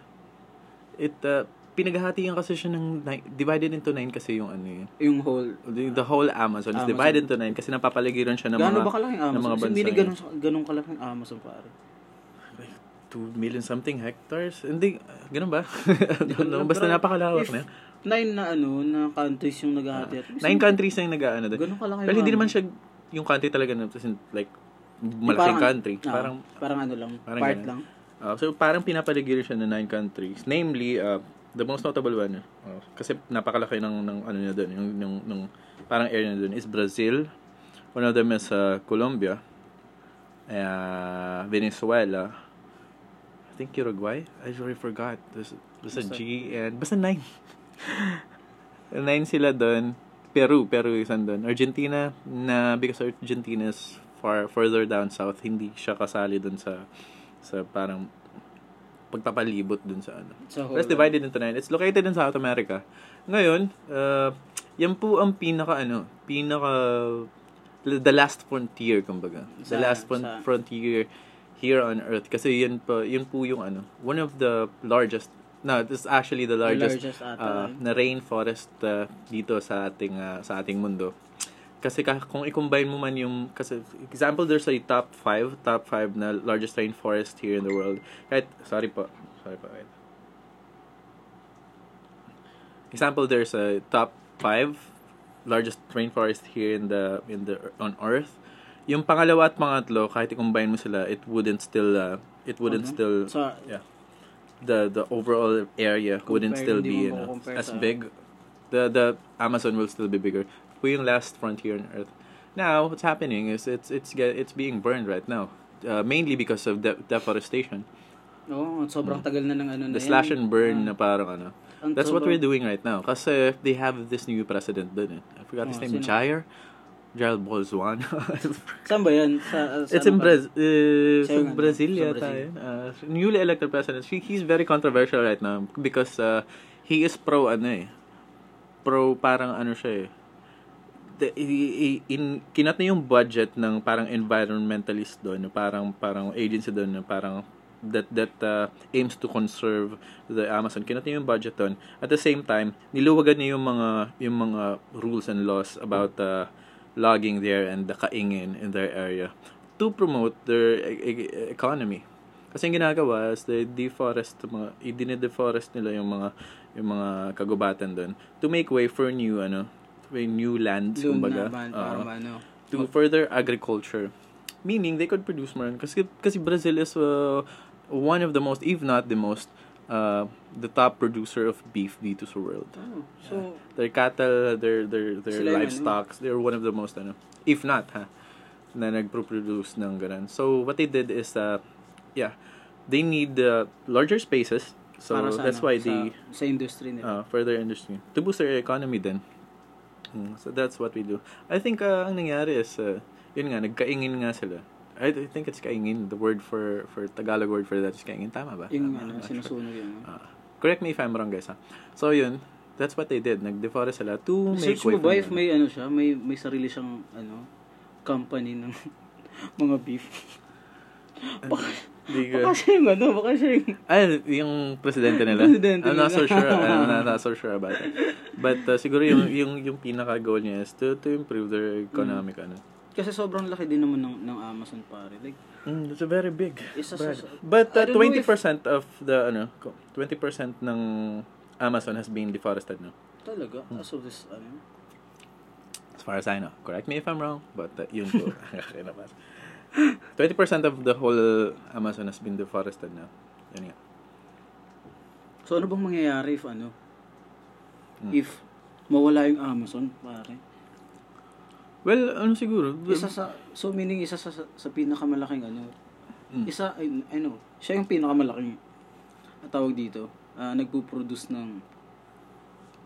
It, uh, pinaghahatian kasi siya ng, nine- divided into nine kasi yung ano yun.
Yung whole.
The, the whole Amazon is
Amazon.
divided into nine kasi napapaligiran siya ng
Gaano
mga,
ba kalaking
ng
Amazon?
mga
Kasi
bansa
hindi
yun.
ganun, ganun kalaki ang Amazon pare.
2 million something hectares. Hindi, uh, ganun ba?
ko
Don't
alam,
know. Basta
pero
napakalawak
if-
na yun.
Nine na ano, na countries yung naghahati. at
Nine countries na yung nag-ano doon.
Ganun kalaki.
Well,
yung
hindi
ano.
naman siya yung country talaga na as in, like
Parang
malaking
ano,
country.
ah,
Parang
parang ano lang,
parang
part
ganun.
lang.
uh, so parang pinapaligiran siya ng nine countries. Namely, uh, the most notable one uh, kasi napakalaki ng ng ano na doon, yung ng ng parang area na doon is Brazil. One of them is uh, Colombia. Uh, Venezuela. I think Uruguay. I already forgot. There's, there's a
Basta.
G and basta nine. nine sila doon. Peru, Peru isang doon. Argentina na because Argentina is far further down south, hindi siya kasali doon sa sa parang pagpapalibot doon sa ano.
Sa whole.
That's divided into nine. It's located in South America. Ngayon, uh, yan po ang pinaka ano, pinaka the last frontier kumbaga. The
Sa-
last fron-
sa-
frontier here on earth kasi yun po yun po yung ano, one of the largest no, this is actually the
The
largest
ata.
uh, na rainforest uh, dito sa ating uh, sa ating mundo. Kasi ka, kung i-combine mo man yung kasi example there's a top 5, top 5 na largest rainforest here in the world. Kahit sorry po. Sorry po. Wait. Example there's a top 5 largest rainforest here in the in the on earth. Yung pangalawa at pangatlo kahit i-combine mo sila, it wouldn't still uh, it wouldn't
Mhm.
still
so,
the the overall area wouldn't
Compare,
still
hindi
be
mo
you know,
makukompare
as
sa-
big. The the Amazon will still be bigger. Po yung last frontier on Earth. Now, what's happening is it's it's get- it's being burned right now. Uh, mainly because of de- deforestation.
oo, sobrang tagal na ng ano na
Hmm. The
yan.
slash and burn na
Ah,
parang ano.
ang
That's what
sobrang-
we're doing right now. Kasi they have this new president dun eh. I forgot his
Oh, sino?
name. Jair? Jair Bolsonaro.
Saan ba yan? Sa, sa
It's
ano
in
ba?
Brazil. Uh,
Siya yung
sa
ano,
Brazil
sa
yata
Brazil.
yun. Uh, newly elected president. He, he's very controversial right now because uh, he is pro ano eh. Pro parang ano siya eh. The- i- i- in, kinat na yung budget ng parang environmentalist doon, parang parang agency doon, na parang that that uh, aims to conserve the Amazon. Kinat niya yung budget doon. At the same time, niluwagan niya yung mga yung mga rules and laws about uh, logging there and the kaingin in their area to promote their e- e- economy. Kasi ang ginagawa is they deforest yung mga idine-deforest nila yung mga yung mga kagubatan doon to make way for new ano may new lands
Doon
kumbaga
naman,
Oo.
parang ano.
to further agriculture meaning they could produce more kasi kasi Brazil is uh, one of the most if not the most uh, the top producer of beef dito sa world
Oh, so,
their cattle, their their their
Sila yung
livestock, they're one of the most ano, if not ha, na nagpro-produce ng ganun. So what they did is uh yeah, they need uh, larger spaces. So
para sa
that's
ano, sa,
why they
sa industry nila.
uh, further industry to boost their economy then. Mm, so that's what we do. I think uh, ang nangyari is uh, yun nga nagkaingin nga sila. I I think it's kaingin. The word for for Tagalog word for that is kaingin. Tama ba?
yung
Tama,
ano,
I'm not sure.
sinusunog yun.
Ah, correct me if I'm wrong, guys. Ha? So, yun. That's what they did. Nag-deforest sila to make
Search
way
mo
for
ba if
them.
may ano siya, may may sarili siyang ano company ng mga beef.
Di
Baka
ko-
siya yung ano, baka siya yung
Ay, yung presidente nila.
Presidente
I'm not
nila.
so sure. I'm not, not so sure about it. But uh, siguro yung, yung, yung pinaka-goal niya is to, to improve their economic,
Mm.
ano.
kasi sobrang laki din naman ng ng Amazon pare. Like
Mm, it's a very big.
Isa sa-
brand. But
I
uh,
don't know
20%
if-
of the, ano, ko- 20% ng Amazon has been deforested now.
talaga
Hmm.
as of this ano.
As far as I know. Correct me if I'm wrong, but uh, yun po. Akin naman. 20% of the whole Amazon has been deforested now. Yun nga.
So ano bang mangyayari if ano?
Mm.
If mawala yung Amazon pare.
Well, ano siguro?
Isa sa so meaning isa sa sa, sa pinakamalaking ano.
Mm.
Isa I, I know, siya yung pinakamalaking ang tawag dito. ah, nagpo-produce ng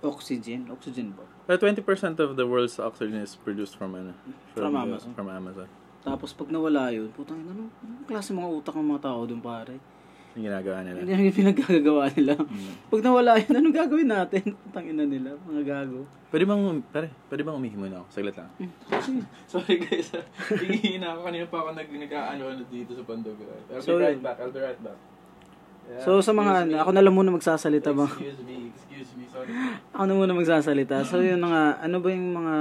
oxygen, oxygen ba?
Uh, 20% of the world's oxygen is produced from ano?
From
uh,
Amazon.
from Amazon.
Tapos pag nawala yun, putang ina, ano, anong klase mga utak ng mga tao doon pare?
Yung ginagawa nila.
Hindi yung pinagkagagawa nila. Pag nawala yun, anong gagawin natin? Tangina nila, mga gago.
Pwede bang, um, pare, pwede bang umihi muna ako? Saglit lang.
Mm.
Sorry guys, ah. hingihina ako. Kanina pa ako nag, nag-ano ano dito sa pandog. I'll
So,
be right back, I'll be right back. Yeah,
So sa mga
excuse
ano,
me.
ako na lang muna magsasalita ba?
Excuse me, excuse me, sorry.
Ako na Ano muna magsasalita. So yun na nga, ano ba yung mga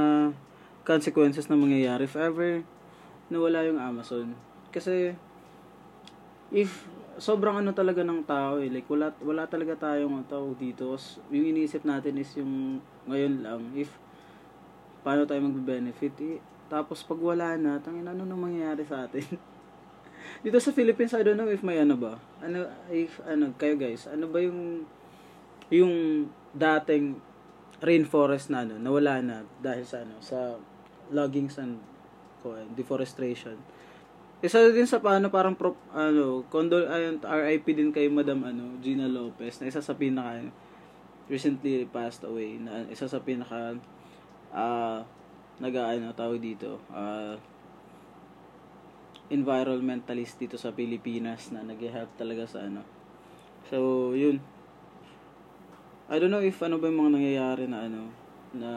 consequences na mangyayari if ever nawala yung Amazon? Kasi if sobrang ano talaga ng tao eh, like wala, wala talaga tayong tao dito. Kas Yung iniisip natin is yung ngayon lang, if paano tayo magbe-benefit eh. Tapos pag wala na, tangin ano nang mangyayari sa atin? dito sa Philippines, I don't know if may ano ba. Ano, if ano, kayo guys, ano ba yung yung dating rainforest na ano, nawala na dahil sa ano, sa logging and ko, eh, deforestation. Isa din sa paano parang pro, ano, condol ayun, RIP din kay Madam ano, Gina Lopez na isa sa pinaka recently passed away na isa sa pinaka ah nag-ano tawag dito ah environmentalist dito sa Pilipinas na nag-help talaga sa ano. So, yun. I don't know if ano ba yung mga nangyayari na ano, na...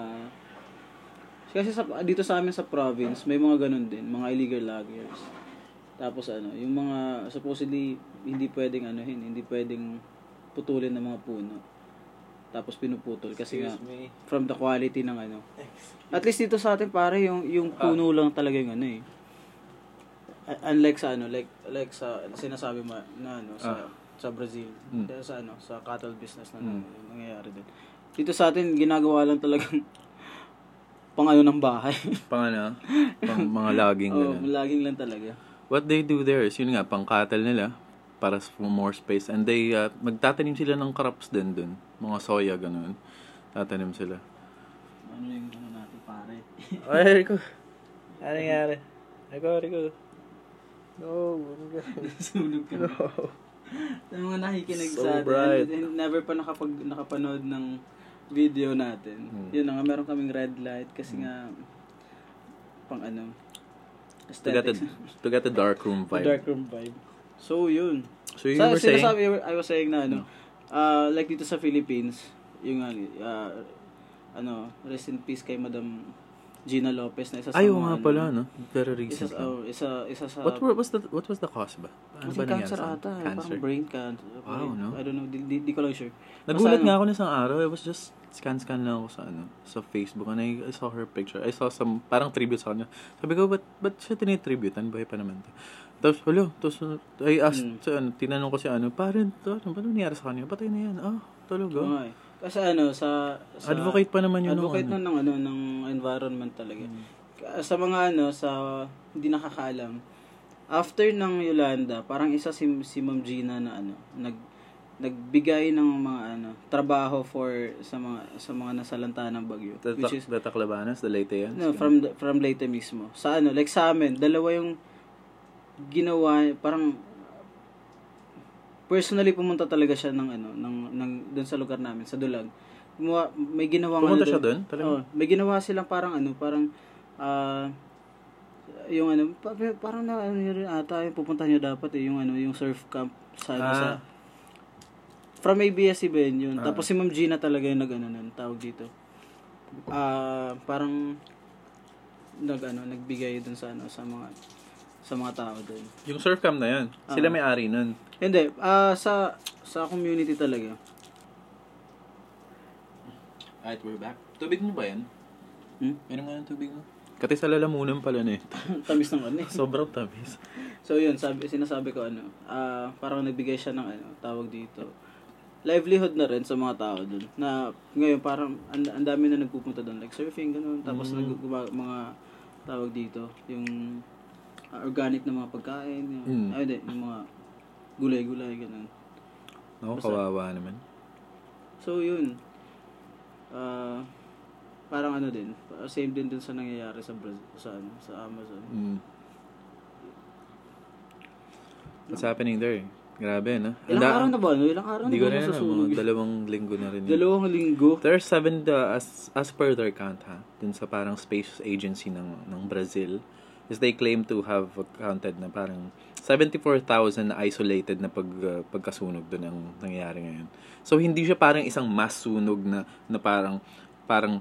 Kasi sa, dito sa amin sa province, may mga ganun din, mga illegal loggers. Tapos ano, yung mga supposedly hindi pwedeng ano hin, hindi pwedeng putulin ng mga puno. Tapos pinuputol kasi nga
Excuse me.
from the quality ng ano. At least dito sa atin pare yung yung
Ah.
puno lang talaga yung ano eh. Uh, Unlike sa ano, like like sa sinasabi mo na ano sa
Ah.
sa Brazil,
Hmm.
dahil sa ano, sa cattle business na ano, yung nangyayari doon. Dito sa atin ginagawa lang talagang pang ano ng bahay.
Pang ano, pang mga laging
oh,
ganun.
laging lang talaga.
What they do there is, yun nga, pang cattle nila, para for more space. And they, uh, magtatanim sila ng crops din dun. Mga soya, ganun. Tatanim sila.
Ano yung ano natin pare?
Ay, Rico. Ano nangyari? Rico, Rico. No,
Sunog ka. na. Yung mga nakikinig
So
sa atin,
bright.
and- and never pa nakapag, nakapanood ng video natin.
Hmm.
Yun na nga, meron kaming red light kasi nga, pang ano,
to get, a,
aesthetics.
to get a dark room vibe.
Dark room vibe. So, yun.
So you
Sa-
were saying, Hmm.
sinasabi, I was saying na, ano, ah, like dito sa Philippines, yung, ah, ano, rest in peace kay Madam Gina Lopez na isa sa
ayaw
mga,
nga
ano,
pala, no? Very
Isa,
recent.
sa-
lang.
oh, isa, isa sa...
What were, was the, what was the cause ba?
Ano
ba nangyari
cancer
sa-
ata, eh,
Cancer.
parang brain cancer.
Wow, no?
I don't know, di, di, di ko lang sure.
Nagulat
Basta ano,
nga ako na isang araw. I was just scan-scan lang ako sa ano, sa Facebook and I, I saw her picture. I saw some, parang tribute sa kanya. Sabi ko, ba't, ba't siya tinitribute? Ano ba pa naman to? Tapos, hello, tapos, uh, I asked,
Hmm.
sa ano, tinanong ko si ano, parang, to, ano, paano nangyari sa kanya? Patay na yan. Oh, tulog,
Oo
oh.
nga eh. Kasi ano, sa... sa
Advocate pa naman yun. nung
advocate
ano.
na
Hmm.
ng, ano, ng environment talaga. Ka- Sa mga ano, sa hindi nakakaalam, after ng Yolanda, parang isa si, si Ma'am Gina na ano, nag nagbigay ng mga ano trabaho for sa mga sa mga nasalanta ng bagyo
The,
which is
the Taclobanas, the Leyte yan.
No, from the- from Leyte mismo. Sa ano, like sa amin, dalawa yung ginawa, parang personally pumunta talaga siya ng ano, ng, ng doon sa lugar namin, sa Dulag. Gumawa- may ginawa
Pumunta siya doon? Talaga?
Oo, Ano, may ginawa silang parang ano, parang ah, yung ano, pa- parang na ano yun ata, yung pupuntahan niyo dapat eh, yung ano, yung surf camp sa ano, sa
Ah,
From ABS-CBN yun. Tapos si Ma'am Gina talaga yung nag-ano nun, tawag dito. Ah, parang nag ano, nagbigay dun sa ano sa mga sa mga tao dun.
yung surf camp na yan.
Ah.
Sila may ari nun.
Hindi, ah sa sa community talaga.
Alright, we're back. Tubig mo ba yan?
Hmm?
Meron nga ng tubig mo? Kati sa lalamunan pala na ito.
Tamis ng ano eh.
Sobrang tamis.
So yun, sabi sinasabi ko ano, ah parang nagbigay siya ng ano, tawag dito. Livelihood na rin sa mga tao dun. Na ngayon parang ang ang dami na nagpupunta doon like surfing ganun, tapos
Mm.
naggumawa mga tawag dito, yung ah, organic na mga pagkain, yung,
Mm.
ay, hindi, yung mga gulay-gulay ganun.
Naku, kawawa naman.
So yun. ah parang ano din, same din dun sa nangyayari sa Brazil, sa ano, sa Amazon.
Mm. What's happening there? Grabe, no?
Ilang araw na ba? Ano? Ilang araw na
Hindi
ba
ko na yun,
nasusunog?
mga dalawang linggo na rin. yun.
Dalawang linggo.
There are seven, uh, as, as per their count, ha? Dun sa parang space agency ng, ng Brazil, is they claim to have counted na parang 74,000 na isolated na pag, uh, pagkasunog doon ang nangyayari ngayon. So, hindi siya parang isang mass sunog na, na parang, parang,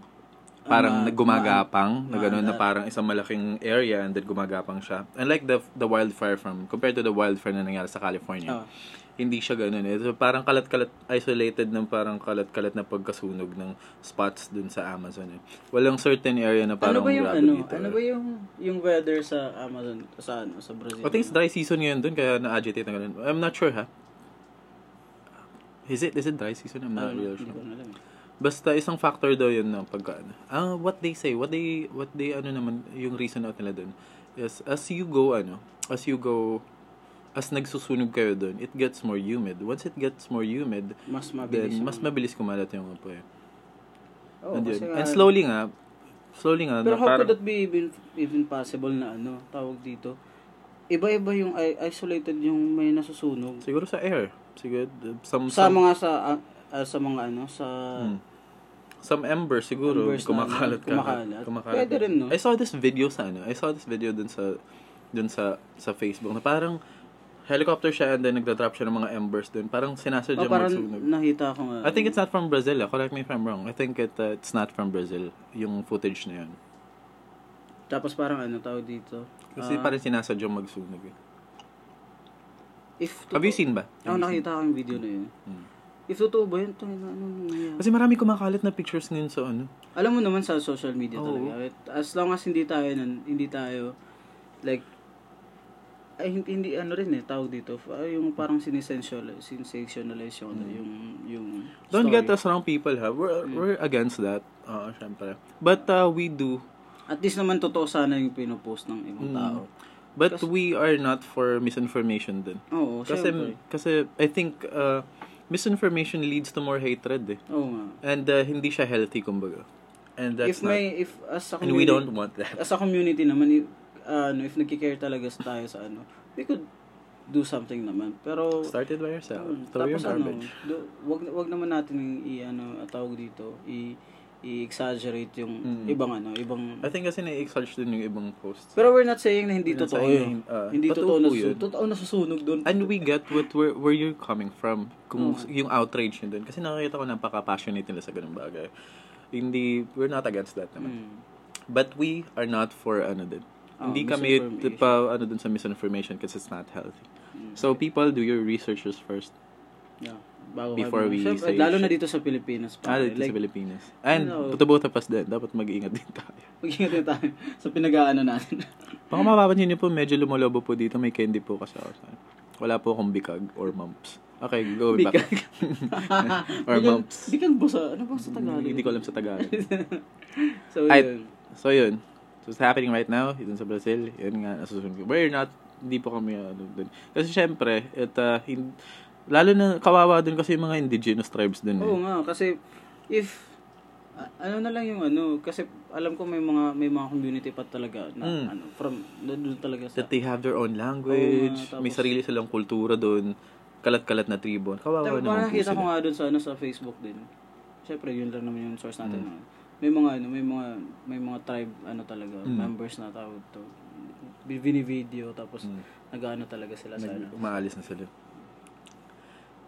parang
Ah, ma-
gumagapang, na
ma-
gano'n, na
ma-
parang isang malaking area and then gumagapang siya. Unlike the, the wildfire from, compared to the wildfire na nangyari sa California,
Oh.
hindi siya ganun eh. So, parang kalat-kalat, isolated ng parang kalat-kalat na pagkasunog ng spots dun sa Amazon eh. Walang certain area na
Ano
parang
ba yung
grabe
ano?
dito.
Ano ba yung yung weather sa Amazon sa ano sa Brazil?
I think it's Oh, dry season ngayon dun, kaya na-agitate na ganun. I'm not sure ha. Is it, is it dry season? I'm not
Ano,
real
hindi
sure.
ko na alam.
Basta isang factor daw yun ng pagka ano. Ah, what they say, what they, what they ano naman, yung reason out nila dun, is as you go ano, as you go, as nagsusunog kayo dun, it gets more humid. Once it gets more humid,
Mas mabilis.
Then,
yung-
mas mabilis kumalat yung apoy.
Oo,
and,
kasi nga-
yun.
ano.
and slowly nga, slowly nga,
Pero
na
how
parang-
could that be even, even possible na ano, tawag dito? Iba-iba yung i- isolated yung may nasusunog.
siguro sa air. Siguro, uh, some,
Sa
some,
mga sa ah, ah, sa mga ano sa
Hmm. some ember siguro,
Embers na-
kumakalat ka.
kumakalat. Pwede rin, no?
I saw this video sa ano, I saw this video dun sa, dun sa, sa Facebook, na parang, helicopter siya and then nagda-drop siya ng mga embers dun. Parang
Oh,
sinasadya
parang
magsunog.
nahita ko nga. ano.
I think it's not from Brazil. ah. Correct me if I'm wrong. I think it, uh, it's not from Brazil. Yung footage na yun.
Tapos parang ano tawag dito.
Kasi
Ah,
parang sinasadya magsunog. eh.
if
Have you seen ba?
Oh,
Have you seen?
nakita ko yung video na yun.
Hmm.
If totoo ba yun? Tangina, ano nangyayari?
Kasi marami kumakalat na pictures ngayon sa ano.
Alam mo naman sa social media
Oo.
talaga. As long as hindi tayo nun, hindi tayo like ay hindi, hindi ano rin eh tawag dito ah, yung parang sinesensational sensationalize yung ano, yung yung
Mm. Don't
story.
get us wrong people ha. We're,
Mm.
we're against that. Oo, syempre. But uh, we do.
at least naman totoo sana yung pinopost ng ibang
Mm.
tao
But we are not for misinformation din.
oo Oh,
Kasi,
syempre.
kasi I think uh, misinformation leads to more hatred eh.
oo nga
And uh, hindi siya healthy kumbaga. And
if
that's not...
may if as a
and we
community
don't want that.
as a community naman if, ano if nagki-care talaga tayo sa ano we could do something naman pero
Started by yourself.
Mm,
Throw your
tapos ano,
garbage.
do, wag, wag naman natin i, ano, tawag dito, i, i-exaggerate yung
Mm.
ibang ano, ibang...
I think kasi na-exulge din yung ibang posts.
Pero we're not saying na hindi
We're not
totoo
saying
yun.
na hin- ah,
hindi
totoo
totoo, na
po yun. Ano?
susunog. Totoo na susunog doon.
And we get what where, where you're coming from. Kung
Oo.
yung outrage nyo dun. Kasi nakakita ko napaka-passionate nila sa ganung bagay. Hindi, we're not against that
Mm. Oh,
naman. But we are not for ano din.
Oo,
Hindi kami t- pa ano dun sa misinformation kasi it's not healthy.
Mm.
So people, do your researchers first.
Yeah. Bago
Before
kayo-
we
Siyempre,
say
lalo na
shit.
dito sa Pilipinas.
Ah,
pare.
dito
like,
sa Pilipinas. And
ano-
to both of us din, dapat mag-iingat din tayo.
mag-ingat na tayo sa pinag-aano natin.
Baka mapapansin niyo po, medyo lumalobo po dito. May candy po kasi ako. sa- Wala po akong bikag or mumps. Okay, go back.
Bikag.
Or
Bigyan-
mumps.
Bigyan ba sa, ano ba sa Tagalog?
Hindi ko alam sa Tagalog.
So,
Ay-
yun.
So, yun. So, it's happening right now, dun sa Brazil. Yun nga, nasusunod ko. We're not, hindi po kami, ano, dun. Kasi, syempre, it, uh, hin- lalo na, kawawa dun kasi yung mga indigenous tribes dun. Eh.
Oo nga, kasi if a- ano na lang yung ano, kasi alam ko may mga may mga community pa talaga na
Mm.
ano from do- doon talaga sa
That they have their own language,
Oo nga,
may
tapos-
sarili silang kultura dun, kalat-kalat na tribo. Kawawa
Tapos
naman
parang
po
nakita ko
sila.
nga doon sa ano sa Facebook din. Syempre yun lang naman yung source
Mm.
natin. no? May mga ano, may mga may mga tribe ano talaga
Mm.
members na tawag to. Bi- Binivideo tapos nag-ano talaga sila sa ano.
Nag- Umaalis Mm. na sila.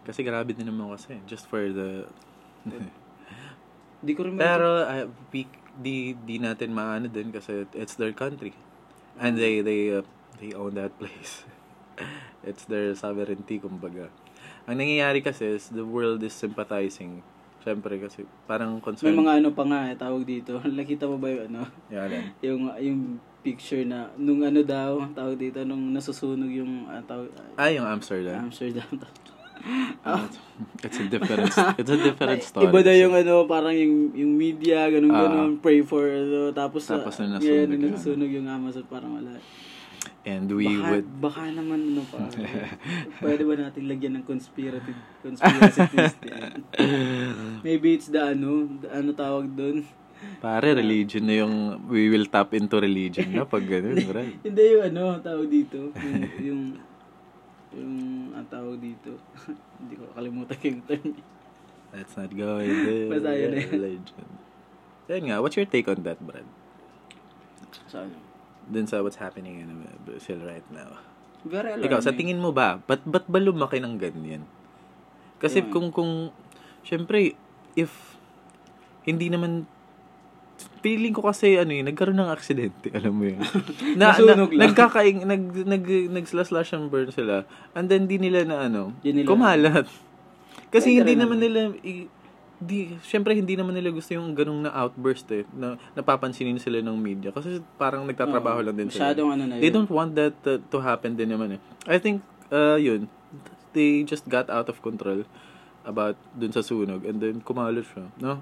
Kasi grabe din naman kasi, just for the...
Di ko rin ma-
Pero, uh, we, di, di natin maano din kasi it's their country. And they, they, uh, they own that place. it's their sovereignty, kumbaga. Ang nangyayari kasi is the world is sympathizing. Siyempre kasi
may
parang concern.
mga ano pa nga eh, tawag dito. Nakita mo ba yung ano?
Yan, yan.
yung yung picture na nung ano daw tawag dito nung nasusunog yung ah, tawag
Ah, yung Amsterdam.
Amsterdam.
Ah, it's a different, it's a different story.
Iba na yung ano, parang yung, yung media, ganun
Ah.
ganun, pray for, ano, tapos, ah,
Tapos na nasunog
ngayon,
yun.
nasunog yung Amazon, parang wala.
And we
baka,
would...
baka naman, ano pa, pwede ba natin lagyan ng conspiracy, conspiracy theorist yan? Maybe it's the ano, the ano tawag doon.
Pare, religion na yung... We will tap into religion na pag ganun, bro.
Hindi yung ano, tawag dito, yung, yung, yung, ang tawag dito. Hindi ko kalimutan yung term.
Let's not go into
Basta yun eh.
religion. So, yun nga, what's your take on that, Brad?
Sa ano?
Dun sa what's happening in uh, Brazil right now.
Very alarming.
Ikaw, sa tingin mo ba, ba't, ba't ba lumaki ng ganyan? Kasi
Yun.
kung, kung, syempre, if, hindi naman, feeling ko kasi, ano yun, nagkaroon ng aksidente, alam mo yun.
Nasunog lang.
Nagkakaing, nag, nag, nagslaslash and burn sila. And then, di nila na, ano,
Di nila-
kumalat.
Ay,
Kasi hindi
talaga.
naman nila, i- di, syempre, hindi naman nila gusto yung ganung na outburst eh, na napapansinin sila ng media. Kasi parang nagtatrabaho
Oo.
lang din sila.
Masyadong ano na
They
yun.
don't want that uh, to happen din naman eh. I think, uh, yun, they just got out of control about dun sa sunog and then kumalot siya, no?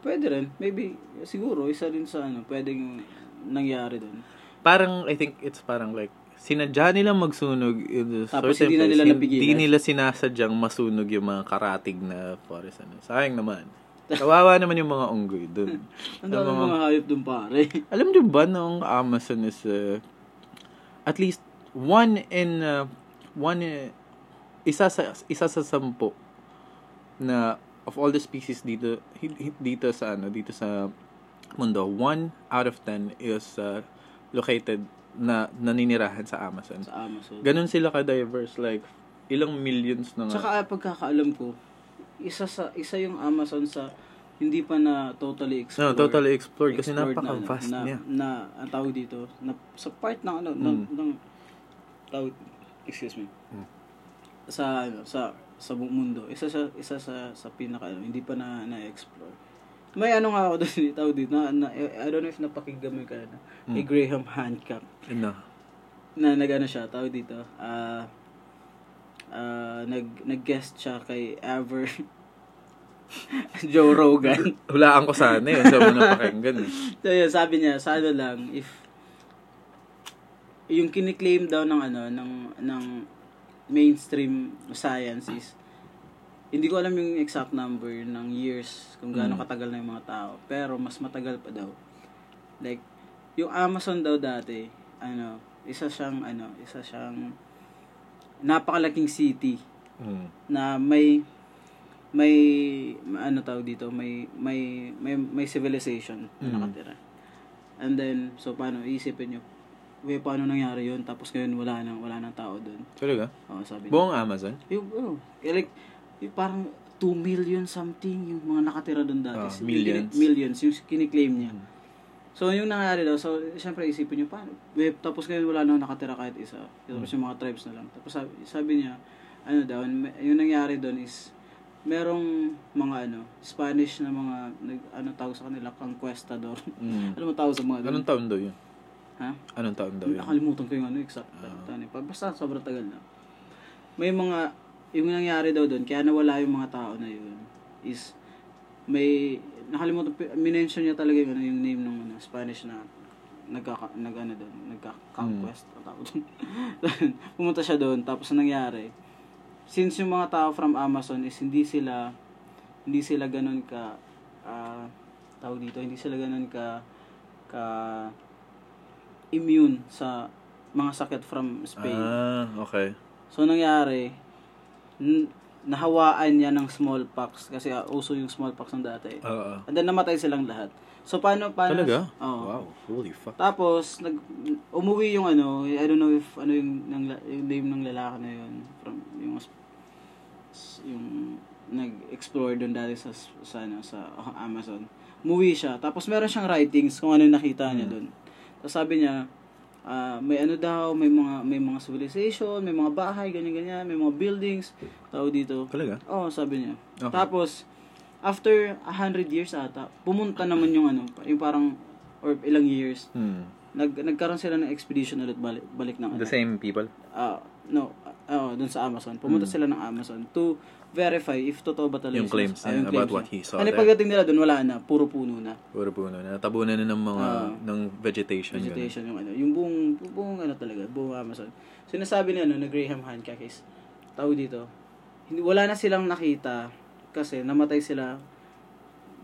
Pwede rin. Maybe, siguro, isa rin sa ano, pwedeng nangyari dun.
Parang, I think it's parang like, sinadya nila magsunog in a
Tapos hindi
certain
na
place.
nila
Hindi
napigilan.
nila sinasadyang masunog yung mga karatig na forest. Ano. Sayang naman. Kawawa naman yung mga unggoy dun.
Ang
Ano
dami mga hayop dun pare.
Alam niyo ba noong Amazon is uh, at least one in uh, one uh, isa sa isa sa sampo na of all the species dito hi- hi- dito sa ano dito sa mundo one out of 10 is uh, located na naninirahan sa Amazon.
sa Amazon.
Ganun sila ka-diverse like ilang millions na nga.
Tsaka ah, pagkakaalam ko, isa sa isa yung Amazon sa hindi pa na totally
no,
explored.
totally explored kasi
Explored na,
napaka-vast
ano, na,
niya. Mm.
Na, ang tawag dito, na, sa part ng ano, ng, ng tawag, excuse me, sa, ano, sa, sa buong mundo, isa sa, isa sa, sa pinaka, ano, hindi pa na, na-explore. May ano nga ako doon, tawag dito, na, na, I don't know if napakinggan mo yung kanina,
Mm.
kay Graham Hancock,
Ano?
na nag-ano siya, tawag dito, ah, ah, nag, nag-guest siya kay Aver, Joe Rogan.
Hulaan ko sana yun sa mga napakinggan. eh.
So, yun, sabi niya, sa ano lang, if yung kiniklaim daw ng ano, ng, ng mainstream science is, hindi ko alam yung exact number ng years kung gaano
Mm.
katagal na yung mga tao, pero mas matagal pa daw. Like, yung Amazon daw dati, ano, isa siyang, ano, isa siyang napakalaking city
Mm.
na may may ano tawag dito may may may, may civilization na
Mm.
nakatira and then so paano iisipin nyo we paano nangyari yun tapos ngayon wala nang wala nang tao doon
Talaga?
oh sabi niya
Buong Amazon?
yung ano eh, like yung parang 2 million something yung mga nakatira doon dati
Ah,
Si-
millions.
kini- millions yung kiniklaim niya
Mm.
so yung nangyari daw so syempre isipin nyo paano we, tapos ngayon wala nang nakatira kahit isa tapos
Hmm.
yung mga tribes na lang tapos sabi, sabi niya ano daw yung nangyari doon is merong mga ano Spanish na mga nag, ano tawag sa kanila conquistador
Mm.
ano mo tawag sa mga
Anong taon daw yun?
ha
Anong taon daw yun?
Nakalimutan ko yung ano, exact. Uh, pa. Basta sobrang tagal na. May mga, yung nangyari daw doon, kaya nawala yung mga tao na yun, is, may, nakalimutan, pi- minention niya talaga yung, ano, yung name ng ano, Spanish na, nagka, nag, ano doon, nagka-conquest, ang tawag doon. Pumunta siya doon, tapos ang nangyari, since yung mga tao from Amazon is hindi sila, hindi sila ganun ka, ah, tawag dito, hindi sila ganun ka, ka, immune sa mga sakit from Spain.
Ah, okay.
so, nangyari, n- nahawaan niya ng smallpox kasi ah, uso yung smallpox ng dati.
Oo.
And then, namatay silang lahat. So, paano, paano?
Talaga?
Oo.
Wow, holy fuck.
Tapos, nag, umuwi yung ano, I don't know if ano yung, ng, yung name ng lalaki na yun. From, yung, s- yung nag-explore doon dati sa, sa, ano, sa Amazon. Umuwi siya. Tapos meron siyang writings kung ano yung nakita niya doon. Tapos sabi niya, ah, may ano daw, may mga may mga civilization, may mga bahay, ganyan-ganyan, may mga buildings, tao dito.
Talaga?
Oo, sabi niya.
Okay.
Tapos, after 100 years ata, pumunta naman yung ano, yung parang, or ilang years,
Hmm.
nag, nagkaroon sila ng expedition ulit balik, balik ng ano.
same people?
Ah, no, ah, oo, dun sa Amazon. Pumunta sila ng Amazon to verify if totoo ba talaga
Hmm. Yung claims
ah,
niya
yung
about
claims
what he
niya.
saw
Ano
there.
pagdating nila dun, wala na, puro puno na.
Puro puno. na. Natabunan na ng mga,
Ah.
ng vegetation. yun.
vegetation yung ano, yung buong buong ano talaga, buong Amazon. Sinasabi ni ano na Graham Hancock is tao dito. Hindi wala na silang nakita kasi namatay sila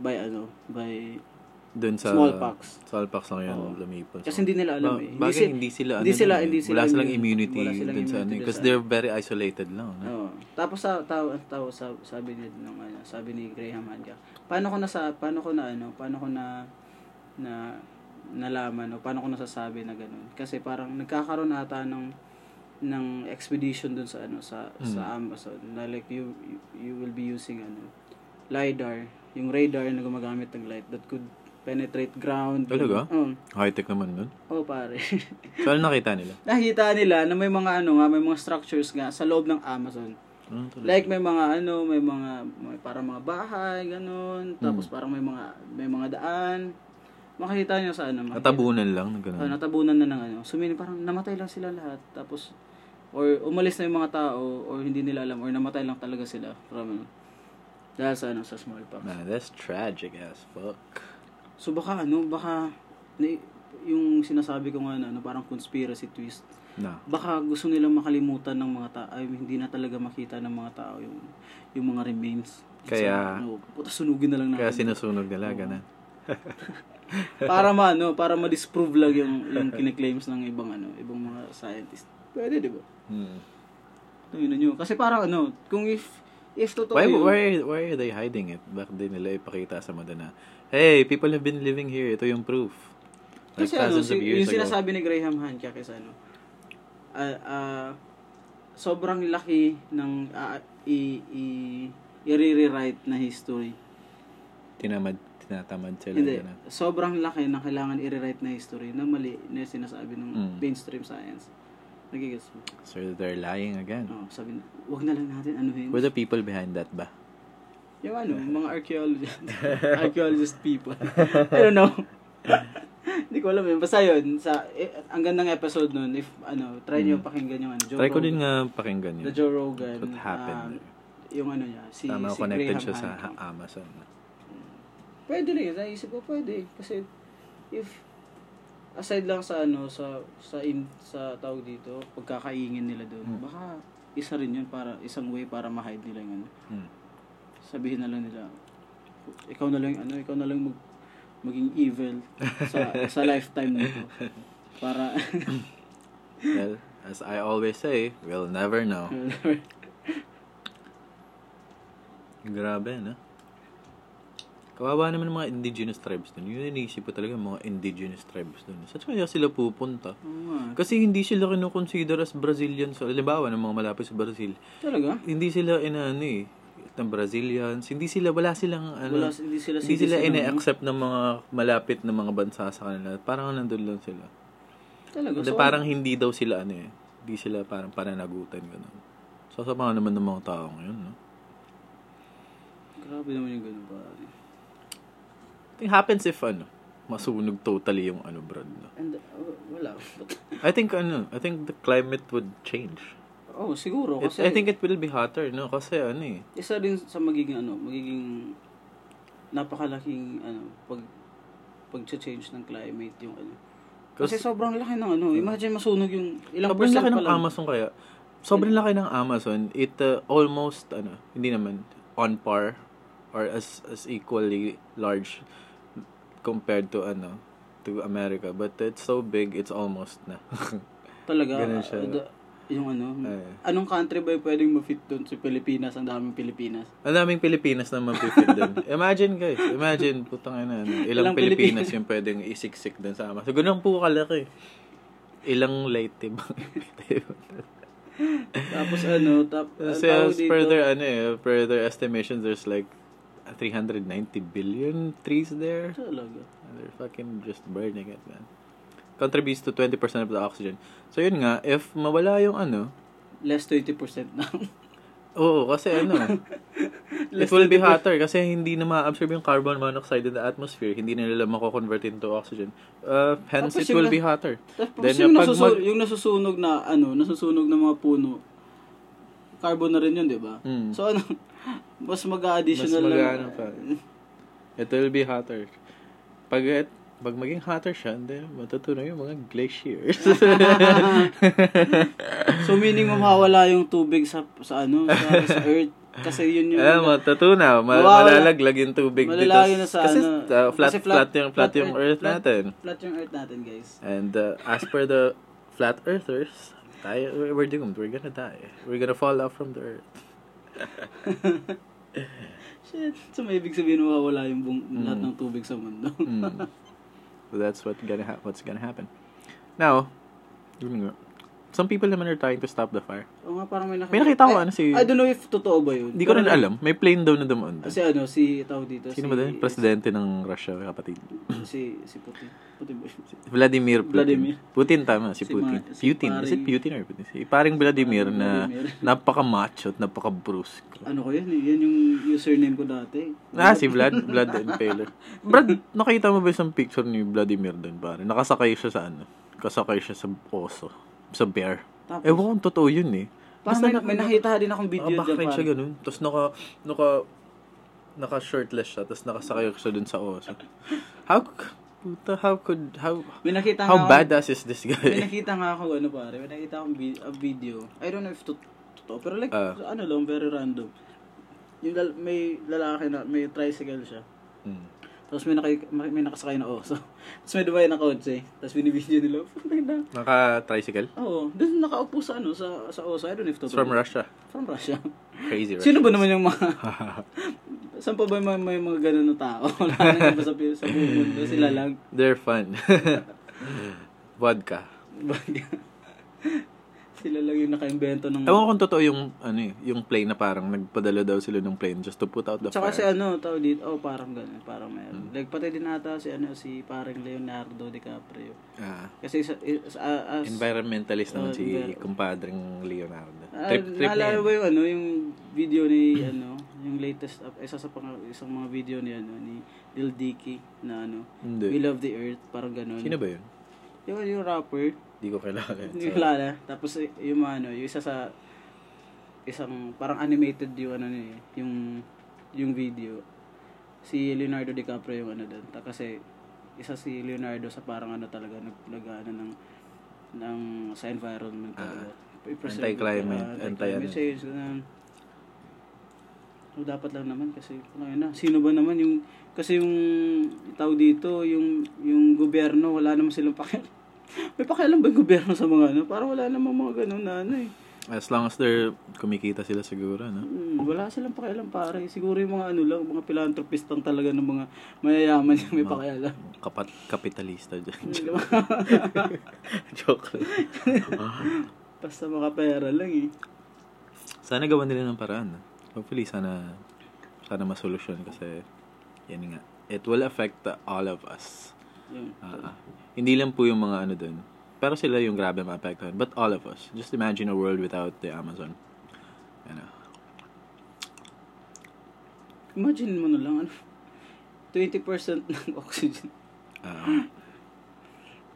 by ano, by
Dun sa...
smallpox.
Smallpox lang yun,
Oo.
lumipol.
Kasi hindi nila alam eh. Hindi
Bagay,
si-
hindi sila,
hindi
ano
sila-
lang eh.
hindi sila
Wala silang
immune.
immunity
Wala silang
dun sa ano.
immunity
Because
sa-
they're very isolated lang. No?
Oo. Tapos sa tao tao sa sabi ni nung ano, sabi ni Graham Hancock, paano ko na sa paano ko na ano, paano ko na na nalaman o paano ko nasasabi na ganun? Kasi parang nagkakaroon ata ng ng expedition dun sa ano sa sa Amazon na like you, you you will be using ano lidar yung radar na gumagamit ng light that could penetrate ground
Talaga?
Oo.
High-tech naman nun.
oh pare
So, ano nakita nila?
nakita nila na may mga ano nga may mga structures nga sa loob ng Amazon
Ano talaga?
Like may mga ano, may mga may parang mga bahay ganun, tapos parang may mga may mga daan. Makikita niyo sa ano, makikita-
Natabunan lang. na
Oh,
Ganun.
natabunan na ng ano. Sumini parang namatay lang sila lahat tapos or umalis na yung mga tao or hindi nila alam or namatay lang talaga sila from ano, dahil sa ano sa smallpox.
Man, that's tragic as fuck.
So baka ano, baka ni- yung sinasabi ko nga na ano, parang conspiracy twist.
Na.
Baka gusto nilang makalimutan ng mga tao, ay hindi na talaga makita ng mga tao yung yung mga remains. So,
Kaya-
ano, puta sunugin na lang
Kaya
natin.
sinusunog nila, ganun.
para maano, para ma-disprove lang yung yung kine-claims ng ibang ano, ibang mga scientist. Pwede, 'di ba?
Hmm.
Tingnan niyo. Kasi parang ano, kung if if totoo
Why,
yun,
why, why are they hiding it? Bakit din nila ipakita sa mundo na, hey, people have been living here. Ito yung proof. Like
Kasi ano,
thousands
si,
of years
yung
ago.
sinasabi ni Graham Hancock is ano, ah, ah, sobrang laki ng ah, i, i, i-rewrite na history.
Tinamad, tinatamad sila.
Hindi,
Ganun.
sobrang laki ng kailangan i-rewrite na history na mali na yung sinasabi ng
Mm.
mainstream science. Nagigets mo?
So, they're lying again.
Oh, sabi na, wag na lang natin anuhin.
Were the people behind that ba?
Yung ano, yung mga archaeologist, archaeologist people. I don't know. Hindi ko alam yun. Basta yun, sa, eh, ang gandang episode nun, if, ano, try nyo pakinggan yung ano, Joe
Mm. Try ko
Rogan.
din nga pakinggan
The
yun.
Joe Rogan.
What happened?
um, yung ano niya, si,
Tama,
si
connected
Graham
siya sa
Hancock.
Amazon.
Pwede rin, naisip ko pwede. Kasi, if, aside lang sa ano, sa, sa, in, sa tawag dito, pagkakaingin nila
Mm.
doon, baka, isa rin yun para, isang way para ma-hide nila yung ano.
Hmm.
Sabihin na lang nila, ikaw na lang, ano, ikaw na lang mag, maging evil sa, sa lifetime nito. Para,
Well, as I always say, we'll never know.
Hmm.
Grabe, no? Kawawa naman ng mga indigenous tribes dun. Yun yung iniisip ko talaga, mga indigenous tribes dun. Saan kaya sila pupunta?
Oo nga.
Kasi hindi sila kinukonsider as Brazilians. So, halimbawa, ng mga malapit sa Brazil,
Talaga?
hindi sila inano eh, ng Brazilians. Hindi sila, wala silang ano.
Wala, hindi sila
hindi sila
citizen ng-
ina-accept ng mga malapit na mga bansa sa kanila. Parang nandun lang sila.
Talaga?
Hindi,
So,
parang hindi daw sila ano eh. Hindi sila parang pananagutan ganun. So sa mga naman ng mga tao ngayon, no?
Grabe naman yung ganun pare.
It happens if ano, masunog totally yung ano brad, no?
And uh, wala. But,
I think ano, I think the climate would change.
oh, siguro
It-
kasi
I think it will be hotter, no? Kasi ano eh,
isa din sa magiging ano, magiging napakalaking ano pag pag-change ng climate yung ano. Kasi sobrang laki ng ano, imagine masunog yung ilang
sobrang
percent
laki
pa
ng
lang.
Amazon kaya. Sobrang laki ng Amazon. It uh, almost ano, hindi naman on par or as as equally large compared to ano to America, but it's so big, it's almost na.
Talaga.
Ganun siya.
uh, the- yung ano,
Eh.
anong country ba yung pwedeng ma-fit doon si Pilipinas? Ang daming Pilipinas.
Ang daming Pilipinas na mapipil doon. Imagine guys, imagine putang ina, ano, ilang,
Ilang
Pilipinas yung pwedeng isiksik doon sa Amazon. So, ganun po kalaki. Ilang light tip.
Tapos ano, tap, ang
Kasi
tawag
as
dito,
further ano eh, further estimations there's like 390 billion trees there.
Talaga.
And they're fucking just burning it, man. Contributes to 20% of the oxygen. So yun nga, if mawala yung ano,
Less 20% na.
oo, kasi ano, it
Less
will be
20%.
hotter kasi hindi na ma-absorb yung carbon monoxide in the atmosphere. Hindi na nila mako-convert into oxygen. Uh, hence,
Tapos
it will
yung-
be hotter.
Tapos
Then,
yung,
yung pag
nasusu-
mag-
yung nasusunog na ano, nasusunog na mga puno, carbon na rin yun, di ba?
Mm.
So ano, mas mag-additional
Mas
lang.
mag-ano pa. It will be hotter. Pag, pag maging hotter siya, hindi, matutunaw yung mga glaciers.
so meaning mamawala yung tubig sa sa ano, sa, sa earth kasi yun yung
Eh, matutunaw. Ma-
Mawawala.
malalaglag yung tubig
Malalayo
dito.
na sa
kasi,
ano.
uh, flat,
Kasi
flat, yung, flat, yung earth,
flat-
natin.
Flat yung earth natin, guys.
And uh, as per the flat earthers, tayo, we're- we're doomed. We're gonna die. We're gonna fall off from the earth.
Shit. So may ibig sabihin mawawala yung buong,
Hmm.
lahat ng tubig sa mundo. Hmm.
Mm. so that's what gonna ha- what's gonna happen. Now, yun nga. Some people naman are trying to stop the fire.
Oo nga, parang may nakita.
May nakita ko,
I,
ano, si-
I don't know if totoo ba yun.
Hindi ko rin
Pero-
alam. May plane daw na dumaan doon.
Kasi ano, si tao dito. si,
Sino ba doon? Presidente ng Russia, kapatid.
Si, si Putin. Putin ba siya?
Vladimir Putin.
Vladimir.
Putin, tama. Si,
Si
Putin.
ma- si
Putin. Is it
paring-
Putin or Putin? Si paring Vladimir
paring
na
Vladimir.
napaka-macho at napaka-brusque.
Ano ko yun? eh. Yan yung username ko dati.
Ah, si Vlad, Vlad and Taylor. Brad, nakita mo ba isang picture ni Vladimir doon, pare? Nakasakay siya sa ano? Kasakay siya sa oso. Sa bear.
Tapos?
Ewan ko, totoo yun eh.
Parang
Basta
may, may nakita din akong video dyan.
Naka-backline
pare.
siya ganun. Tapos naka, naka, naka-shirtless siya. Tapos nakasakay siya dun sa oso. How, c- puta, how could, how,
May nakita nga
how
akong-
badass is this
May
guy?
nakita nga ako, ano pare, may nakita akong vi- a video. I don't know if to- totoo, pero like,
Ah.
ano lang, very random. Yung lal- may lalaki na, may tricycle siya.
Mm.
Tapos may, naki- may, may nakasakay na oso. Tapos may dumayo na kotse. Tapos binibidyo nila. Putang ina.
Naka-tricycle?
Oo. Doon nakaupo sa ano, sa, sa oso. I don't know if
It's
totoo.
from Russia.
From Russia.
Crazy, right?
Sino ba naman yung mga... Saan pa ba may, may mga ganun na tao? Wala na ba sa, sa buong mundo? Sila lang.
They're fun. Vodka.
sila lang yung nakaimbento ng...
Ewan ko kung totoo yung, ano eh, yung plane na parang nagpadala daw sila ng plane just to put out the
Tsaka si
fire.
ano, tao dito, oh parang ganun, parang meron.
Hmm.
Like pati din ata si ano, si parang Leonardo DiCaprio.
Ah,
Kasi sa, is- ah, as,
environmentalist naman
Oh,
si
envir-
kumpadring Leonardo.
ah,
Trip, trip niya
naalala
yan.
mo yung ano, yung video ni ano, yung latest, up, isa sa pang, isang mga video ni ano, ni Lil Dicky na ano,
Hindi.
We Love the Earth, parang ganun.
Sino ba yun?
Yung, yung rapper,
Hindi ko kilala.
hindi ko kilala. Tapos eh, yung ano, yung isa sa, isang, parang animated yung ano niya, eh, yung, yung video. Si Leonardo DiCaprio yung ano doon. Ta- Kasi, isa si Leonardo sa parang ano talaga, nag, nag ano ng, ng, sa environment talaga. I-preserve-
Anti-climate,
ah,
anti- ano.
anti-climate change, ganun. So, oh, dapat lang naman kasi ano na sino ba naman yung kasi yung tao dito yung yung gobyerno wala naman silang pakialam may pakialam ba yung gobyerno sa mga ano parang wala namang mga ganun na ano eh
As long as they're kumikita sila siguro, no?
Mm, wala silang pakialam pare siguro yung mga ano lang mga philanthropist lang talaga ng mga mayayaman yung may pakialam
Kapat kapitalista dyan.
Di ba?
Joke lang.
basta mga pera lang eh
Sana gawan nila ng paraan. no? Hopefully, sana, sana masolusyon kasi, yan nga. It will affect the- all of us.
yun
Ah, ah. hindi lang po yung mga ano dun. Pero sila yung grabe maapektuhan. But all of us. Just imagine a world without the Amazon. Ano.
imagine mo na lang ano 20% ng oxygen
ah.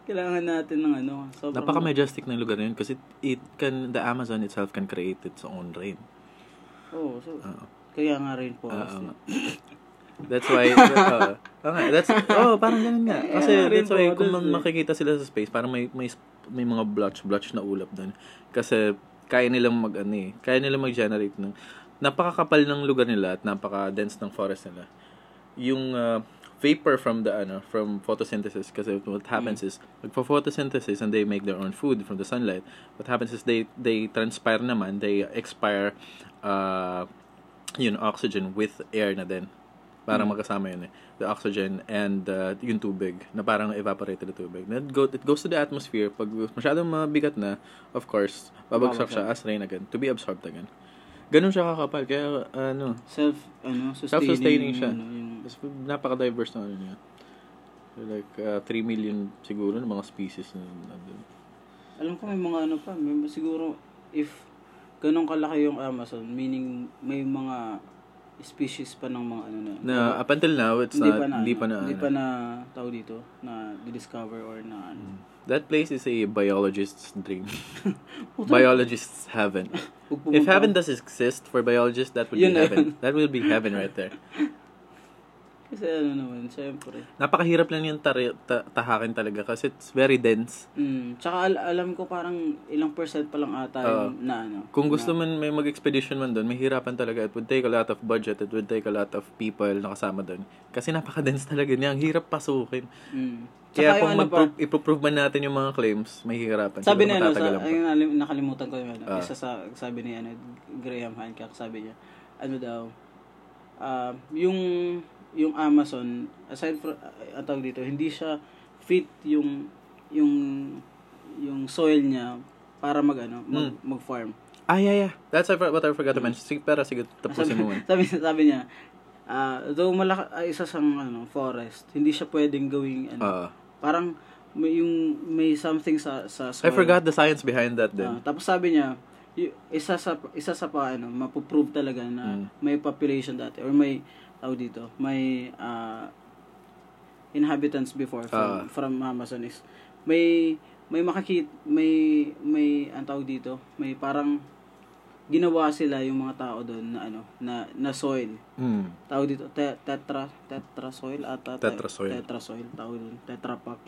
kailangan natin ng ano sobrang
napaka-majestic ng lugar na yun kasi it, it can, the Amazon itself can create its own rain.
oh so
Oo.
kaya nga rin po
Ah, oo nga. That's why, uh, that's, oh, parang ganun nga.
Yeah,
Kasi
rin
that's why,
po,
kung
that's
ma-
it.
makikita sila sa space, parang may, may, sp- may mga blotch-blotch na ulap doon. Kasi, kaya nilang mag, ano eh, kaya nilang mag-generate ng, napakakapal ng lugar nila at napaka-dense ng forest nila. Yung, uh, vapor from the ano from photosynthesis kasi what
Mm.
happens is magpo photosynthesis and they make their own food from the sunlight what happens is they they transpire naman they expire uh, yun oxygen with air na din para
Mm.
magkasama yun eh. the oxygen and uh, yung tubig na parang evaporate na tubig Then it, go, it goes to the atmosphere pag masyadong mabigat na of course babagsak siya as rain again to be absorbed again ganun siya kakapal kaya ano
self ano sustaining,
Self-sustaining siya.
ano, yung,
mas napaka-diverse na ano niya. So, Like, uh, 3 million siguro ng mga species na nandun.
alam ko may mga ano pa may, siguro if ganun kalaki yung Amazon meaning may mga species pa ng mga ano na
Na, up until now, it's
hindi pa
not,
na
hindi pa na,
hindi
ano.
pa na tao dito na discover or na
Mm.
ano
That place is a biologist's dream.
Puta,
biologist's heaven.
pag
If
pumunta-
heaven does exist for biologists, that would
Yun
be
na
heaven. That will be heaven right there.
kasi ano naman syempre
Napakahirap lang yung tari- ta- tahakin talaga kasi it's very dense.
mm, tsaka al- alam ko parang ilang percent pa lang ata yung na ano
Kung gusto man may mag-expedition man doon, mahirapan talaga. It would take a lot of budget. It would take a lot of people na kasama doon. Kasi napaka-dense talaga niya. Ang hirap pasukin.
mm.
Kaya
Tsaka yung
kung
ano pa,
mag ipoprove man natin yung mga claims, mahihirapan.
Sabi
Siguro
ni ano,
matatagalan
sa,
pa. Ah.
ayun, nalim- nakalimutan ko yung ano, isa sa, sabi ni ano, Graham Hancock, sabi niya, ano daw, ah, yung, yung Amazon, aside from, uh, tawag dito, hindi siya fit yung, yung, yung soil niya para mag ano, mag, farm
Ah, yeah, yeah. That's I for- what I forgot to mention. Sige, pero sige, tapusin mo muna.
sabi, sabi niya, ah, though malaka, ah, isa siyang ano, forest, hindi siya pwedeng gawing ano,
Uh,
parang may, yung may something sa sa
I
soil.
forgot the science behind that
Ah,
then.
tapos sabi niya, y- isa sa isa sa pa ano, mapuprove talaga na may population dati or may tao dito, may ah, inhabitants before from, from Amazon is may may makakit may may ang tawag dito, may parang ginawa sila yung mga tao doon na ano na na soil
Mm.
tawag dito te- tetra tetra soil ata te-
Tetra soil.
tetra soil tawag dito tetra pack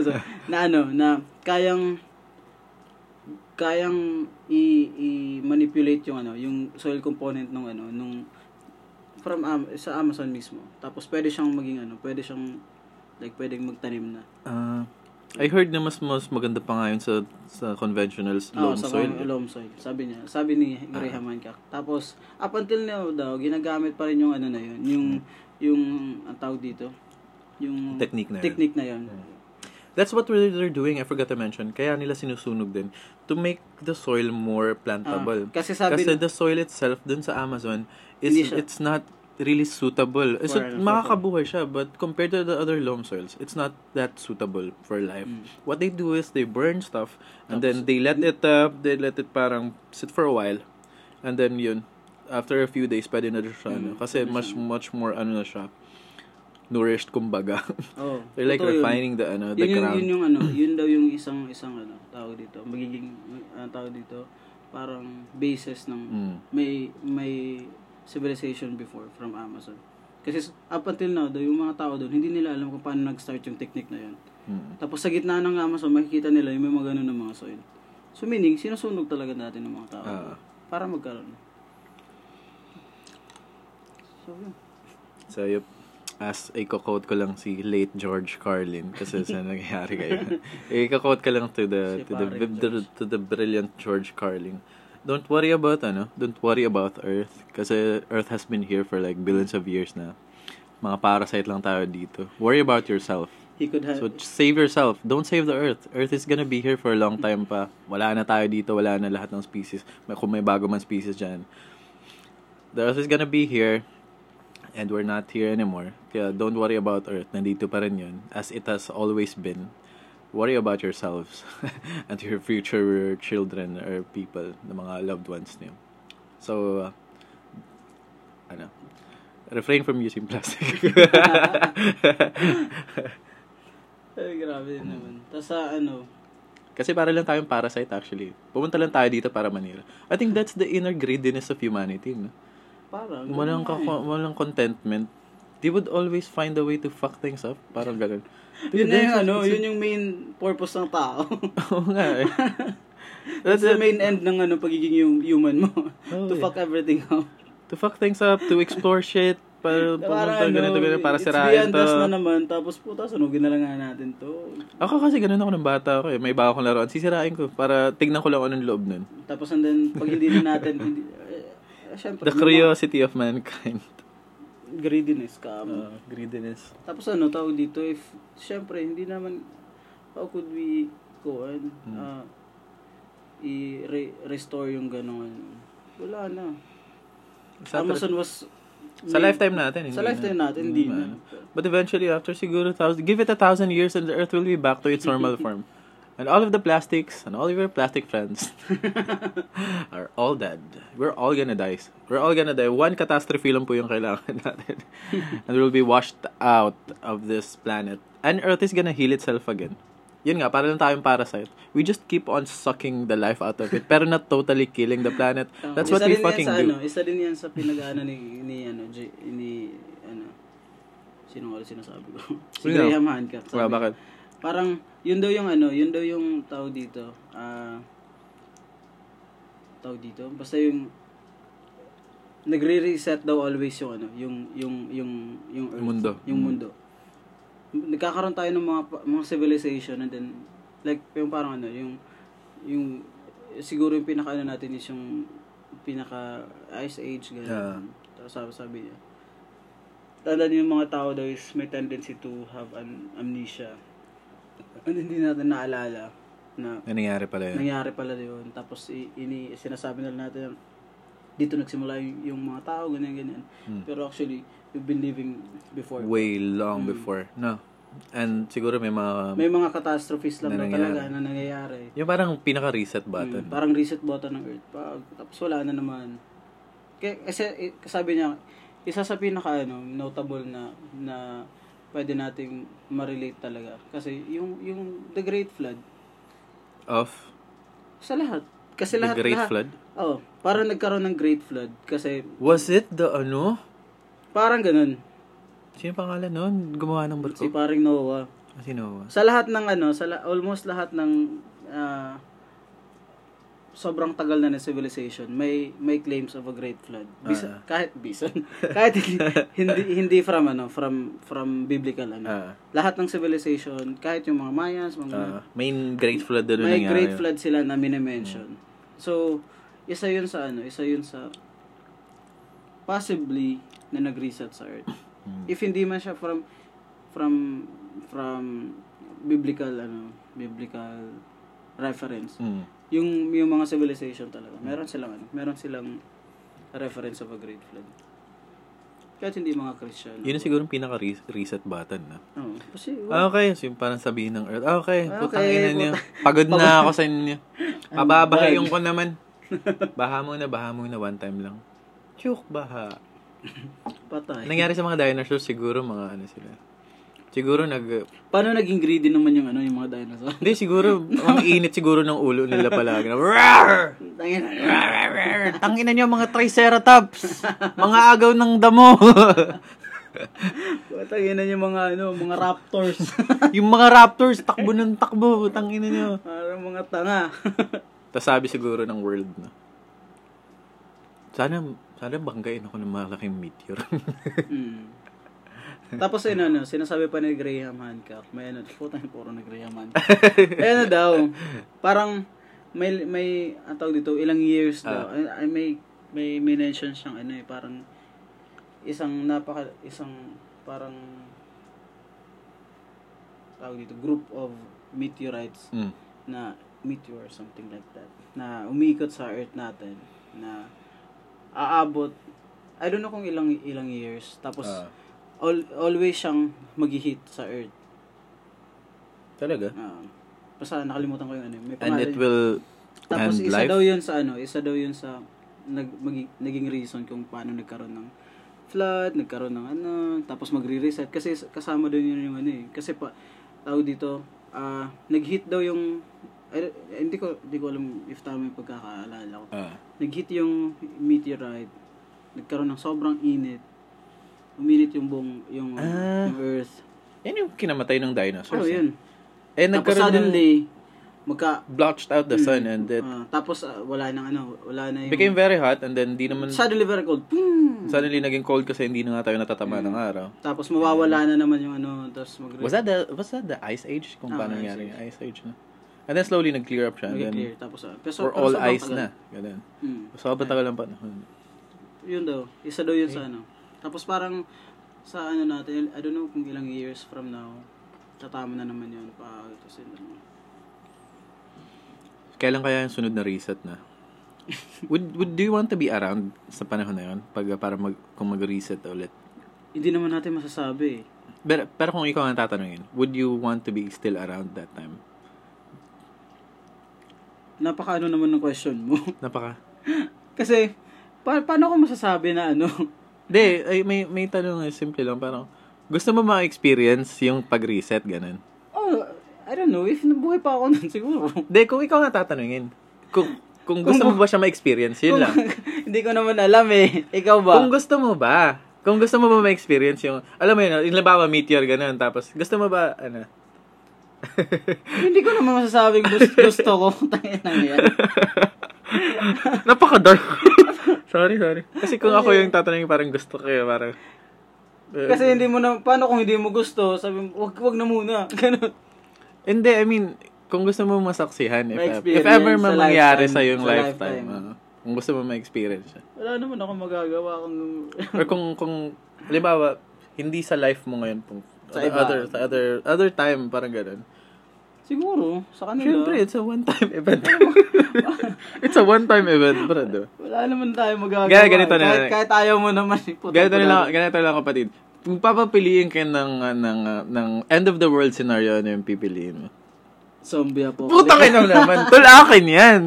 So, na ano na kayang kayang i, i- manipulate yung ano yung soil component ng ano nung from Am- sa Amazon mismo tapos pwede siyang maging ano pwede siyang like pwedeng magtanim na
Ah, I heard na mas mas maganda pa nga yun sa, sa conventional s-
Oo,
loam
Ah, sa
soil. Ah.
loam- loam soil sabi niya sabi ni Graham Hancock tapos up until now daw ginagamit pa rin yung ano na yun yung yung ang tawag dito yung
Technique na yun.
technique na yun
That's what really they're doing. I forgot to mention. Kaya nila sinusunog din to make the soil more plantable.
Ah, kasi sabi
Kasi the soil itself dun sa Amazon is
Hindi siya-
it's not really suitable. So,
ano, for-
makakabuhay siya but compared to the other loam soils, it's not that suitable for life.
Mm.
What they do is they burn stuff and then they let it up, they let it parang sit for a while and then yun after a few days pwede na rin
Mm.
siya ano, kasi much much more ano na siya nourished kumbaga.
oh
They're like refining the ano the
yun yung,
ground.
yun yung ano yun daw yung isang isang ano tawag dito magiging ang tawag dito parang basis ng
Mm.
may may civilization before from Amazon kasi s- up until now daw yung mga tao doon hindi nila alam kung paano nag-start yung technique na yun
Mm.
tapos sa gitna ng Amazon makikita nila yung may mga ganun ng mga soil so meaning sinusunog talaga natin ng mga tao
Ah.
para magkaroon so yun
So, yup. As, i-quote ko lang si late George Carlin kasi sa nangyayari kayo. i-quote ko lang to the,
Si
to the,
paring
to the, to the brilliant George Carlin. Don't worry about, ano, don't worry about Earth. Kasi Earth has been here for like billions of years na. Mga parasite lang tayo dito. Worry about yourself.
he could have
So, save yourself. Don't save the Earth. Earth is gonna be here for a long time pa. Wala na tayo dito. Wala na lahat ng species. May- Kung may bago man species dyan. The Earth is gonna be here. And we're not here anymore. Kaya don't worry about Earth. Nandito pa rin yun. As it has always been. Worry about yourselves. and your future children or people. Ng mga loved ones niyo. So, uh, ano. Refrain from using plastic.
Ay, grabe din naman. Tapos sa ano,
Kasi para lang tayong parasite actually. Pumunta lang tayo dito para manira. I think that's the inner greediness of humanity, no?
parang...
Walang, ka-
Mm.
walang contentment. They would always find a way to fuck things up. Parang ganun.
Yun na yung
It's-
ano,
it's-
yun yung main purpose ng tao.
Oo nga eh.
That's the main end ng ano, pagiging hum- human mo.
Oo
to
eh.
fuck everything up.
To fuck things up, to explore shit, para pumunta ganito, ganito, para
ano, It's
sirain
beyond us
to.
na naman, tapos puta, sunugin na lang nga natin to.
Ako kasi ganun ako ng bata ako eh. May bago akong laruan. Sisirain ko para tignan ko lang anong loob nun.
Tapos and then, pag hindi na natin, hindi, eh, eh, syempre,
The
yung
curiosity of mankind.
mga greediness ka.
Uh, greediness.
Tapos ano, tawag dito, if, syempre, hindi naman, how could we go and,
Hmm.
ah, i-restore yung ganong ano. Wala na.
Sa-
Amazon was,
Sa lifetime natin, hindi
sa lifetime
na.
natin, hindi
Hindi
na.
na. But eventually, after siguro thousand, give it a thousand years and the Earth will be back to its normal form. And all of the plastics and all of your plastic friends are all dead. We're all gonna die. We're all gonna die. One catastrophe lang po yung kailangan natin. and we'll be washed out of this planet. And Earth is gonna heal itself again. Yun nga, para lang tayong parasite. We just keep on sucking the life out of it. Pero not totally killing the planet. That's what
Isa rin
we
yan
fucking
sa,
do.
Ano, isa din yan sa pinag-ano ni, ni, ano, J, ni, ano, sino nga ulit sinasabi ko? si
Sino?
Graham Hancock. sabi.
Well, bakit?
Parang, yun daw yung ano, yun daw yung tao dito, ah, tao dito, basta yung, nagre-reset daw always yung ano, yung, yung, yung, yung earth,
Mundo.
Yung mundo. Nagkakaroon tayo ng mga, pa- mga civilization and then, like, yung parang ano, yung, yung, siguro yung pinaka ano natin is yung, pinaka ice age, ganun.
Yeah.
Tapos sabi, sabi niya, tanda niyo yung mga tao daw is may tendency to have an amnesia. And hindi natin naalala na
Nangyari pala yun.
nangyari pala yun. Tapos i- ini sinasabi na lang natin dito nagsimula yung, yung mga tao ganyan ganyan.
Mm.
Pero actually you've been living before.
Way long
Mm.
before. No. And siguro may mga...
May mga catastrophes lang
Na
na
nangyari.
talaga na nangyayari.
Yung parang pinaka-reset button.
Mm, parang reset button ng Earth. Pag, tapos wala na naman. K- Kasi eh, sabi niya, isa sa pinaka ano, notable na na pwede nating ma-relate talaga. Kasi yung yung The Great Flood
Of
sa lahat. Kasi
the
lahat
Great
lahat,
Flood.
Oh, parang nagkaroon ng Great Flood kasi
Was it the ano?
parang ganun
Sino pangalan nun? Gumawa ng barko?
si paring Noah.
Ah, Sino?
Sa lahat ng ano, sa la- almost lahat ng ah, sobrang tagal na ng civilization, may may claims of a great flood. Bisa,
Ah.
kahit bisan, kahit hindi hindi from ano, from from biblical ano.
Ah,
lahat ng civilization, kahit yung mga Mayans, mga
ah, may Great Flood na doon
may
nangyari.
great flood sila na minimension. So, isa yun sa ano, isa yun sa possibly na nag-reset sa Earth.
Mm.
If hindi man siya from from from biblical ano, biblical reference.
Mm.
Yung yung mga civilization talaga, meron silang ano, meron silang reference of a great flood. Kahit hindi mga Christian.
Yun na siguro yung pinaka-reset button na.
Oo. Kasi,
Ah, okay, so yung parang sabihin ng Earth, ah, okay,
Ah,
putang
okay,
ina niyo.
puta-
Pagod na ako sa inyo.
bad.
Pababahayong ko naman. Baha muna, baha muna, one time lang. Chuk, baha.
patay.
Nangyari sa mga dinosaurs, siguro mga ano sila. Siguro nag...
Paano naging greedy naman yung ano, yung mga dinosaur?
Hindi, siguro, ang init siguro ng ulo nila palagi. na, "Rar!
Tangina.
Rar, rar, rar. Tangina niyo mga triceratops! Mga agaw ng damo!
Tangina yung mga ano, mga raptors.
yung mga raptors, takbo ng takbo, tangina niyo.
Parang mga tanga.
Tapos sabi siguro ng world, no? Sana, sana banggain ako ng malaking meteor.
Mm. Tapos yun ano, sinasabi pa ni Graham Hancock, may ano, putang puro na Graham Hancock. Eh, ano daw, parang may, may, ang tawag dito, ilang years daw. Ay, ay, may, may, may mention siyang ano eh, parang isang napaka, isang parang tawag dito, group of meteorites
mm.
na meteor or something like that na umiikot sa earth natin na aabot I don't know kung ilang ilang years tapos
Ah,
al- always siyang mag-hit sa earth.
talaga.
Ah. basta nakalimutan ko yung ano, may
And
pangalan.
it will
tapos
and
isa
life?
daw 'yun sa ano, isa daw 'yun sa nag magi- naging reason kung paano nagkaroon ng flood, nagkaroon ng ano, tapos magre-reset kasi s- kasama doon yun yung ano eh. Kasi pa tao dito, ah nag-hit daw yung I don't- hindi ko hindi ko alam if tama yung pagkakaalala ko.
Ah,
Nag-hit yung meteorite. Nagkaroon ng sobrang init. Uminit yung buong yung,
Ah.
yung earth.
yan yung kinamatay ng dinosaurs.
Oh,
eh.
yun.
Eh,
Tapos
nagkaroon ng
suddenly, magka...
blotched out the sun and it
ah, tapos ah, wala nang ano, wala na yung...
became very hot and then di naman
suddenly very cold. Boom!
suddenly naging cold kasi hindi na nga tayo natatama
Mm-hmm.
ng araw.
Hmm. Tapos mawawala na naman yung ano, tapos mag-
Was that the was that the ice age kung
Ah,
paano
ice
nangyari yung ice age na? And then slowly nag-clear up siya and then
mag-clear. Tapos, ah, pero so-
we're
pero
all
sobrang
ice
tagal.
na. Ganun.
Mm.
Sobrang tagal ang panahon.
Yun daw. Isa daw yun sa ano. Tapos parang sa ano natin, I don't know kung ilang years from now, tatama na naman yun pa ano, ito sila.
Kailan kaya yung sunod na reset na? would, would do you want to be around sa panahon na yun? Pag, para mag, kung mag-reset ulit.
Hindi naman natin masasabi eh.
Pero, pero kung ikaw ang tatanungin, would you want to be still around that time?
Napaka ano naman ng question mo.
Napaka.
Kasi, pa- paano ko masasabi na ano?
Hindi, ay, may, may tanong eh, simple lang. Parang, gusto mo ma-experience yung pag-reset, ganun?
Oh, I don't know. If nabuhay pa ako nun, siguro.
Hindi, kung ikaw ang tatanungin, kung, kung gusto mo ba siya ma-experience, yun lang.
Hindi ko naman alam eh. Ikaw ba?
Kung gusto mo ba, kung gusto mo ba ma-experience yung, alam mo yun, yung labawa, meteor, ganun, tapos, gusto mo ba, ano,
Hindi ko naman masasabi gusto, gusto ko. Tangin lang yan.
Napaka-dark. sorry, sorry. Kasi kung ako yung tatanungin, parang gusto ko yun, parang... Eh,
Kasi hindi mo na, paano kung hindi mo gusto? Sabi mo, wag, wag na muna. Ganun.
Hindi, I mean, kung gusto mo masaksihan, if, ev-
Ma-experience
if ever
sa
man mangyari
lifetime,
sa yung
sa
lifetime,
lifetime.
oo. kung gusto mo ma-experience siya.
Wala naman ako magagawa kung...
Or kung, kung, halimbawa, hindi sa life mo ngayon, kung,
Sa
other,
iba.
other, sa other, other time, parang ganun.
Siguro, sa kanila.
Siyempre, it's a one-time event.
Ano
it's a one-time event, brad.
Wala naman tayo magagawa.
Gaya, ganito na-
kahit, kahit ayaw mo naman. eh, iputin
Ganito
ko
na lang,
lang.
ganito lang kapatid. Kung papapiliin ka ng, uh, ng, uh, ng end of the world scenario, ano yung pipiliin mo?
Zombie apocalypse.
Putang ina mo naman. Tol, akin yan.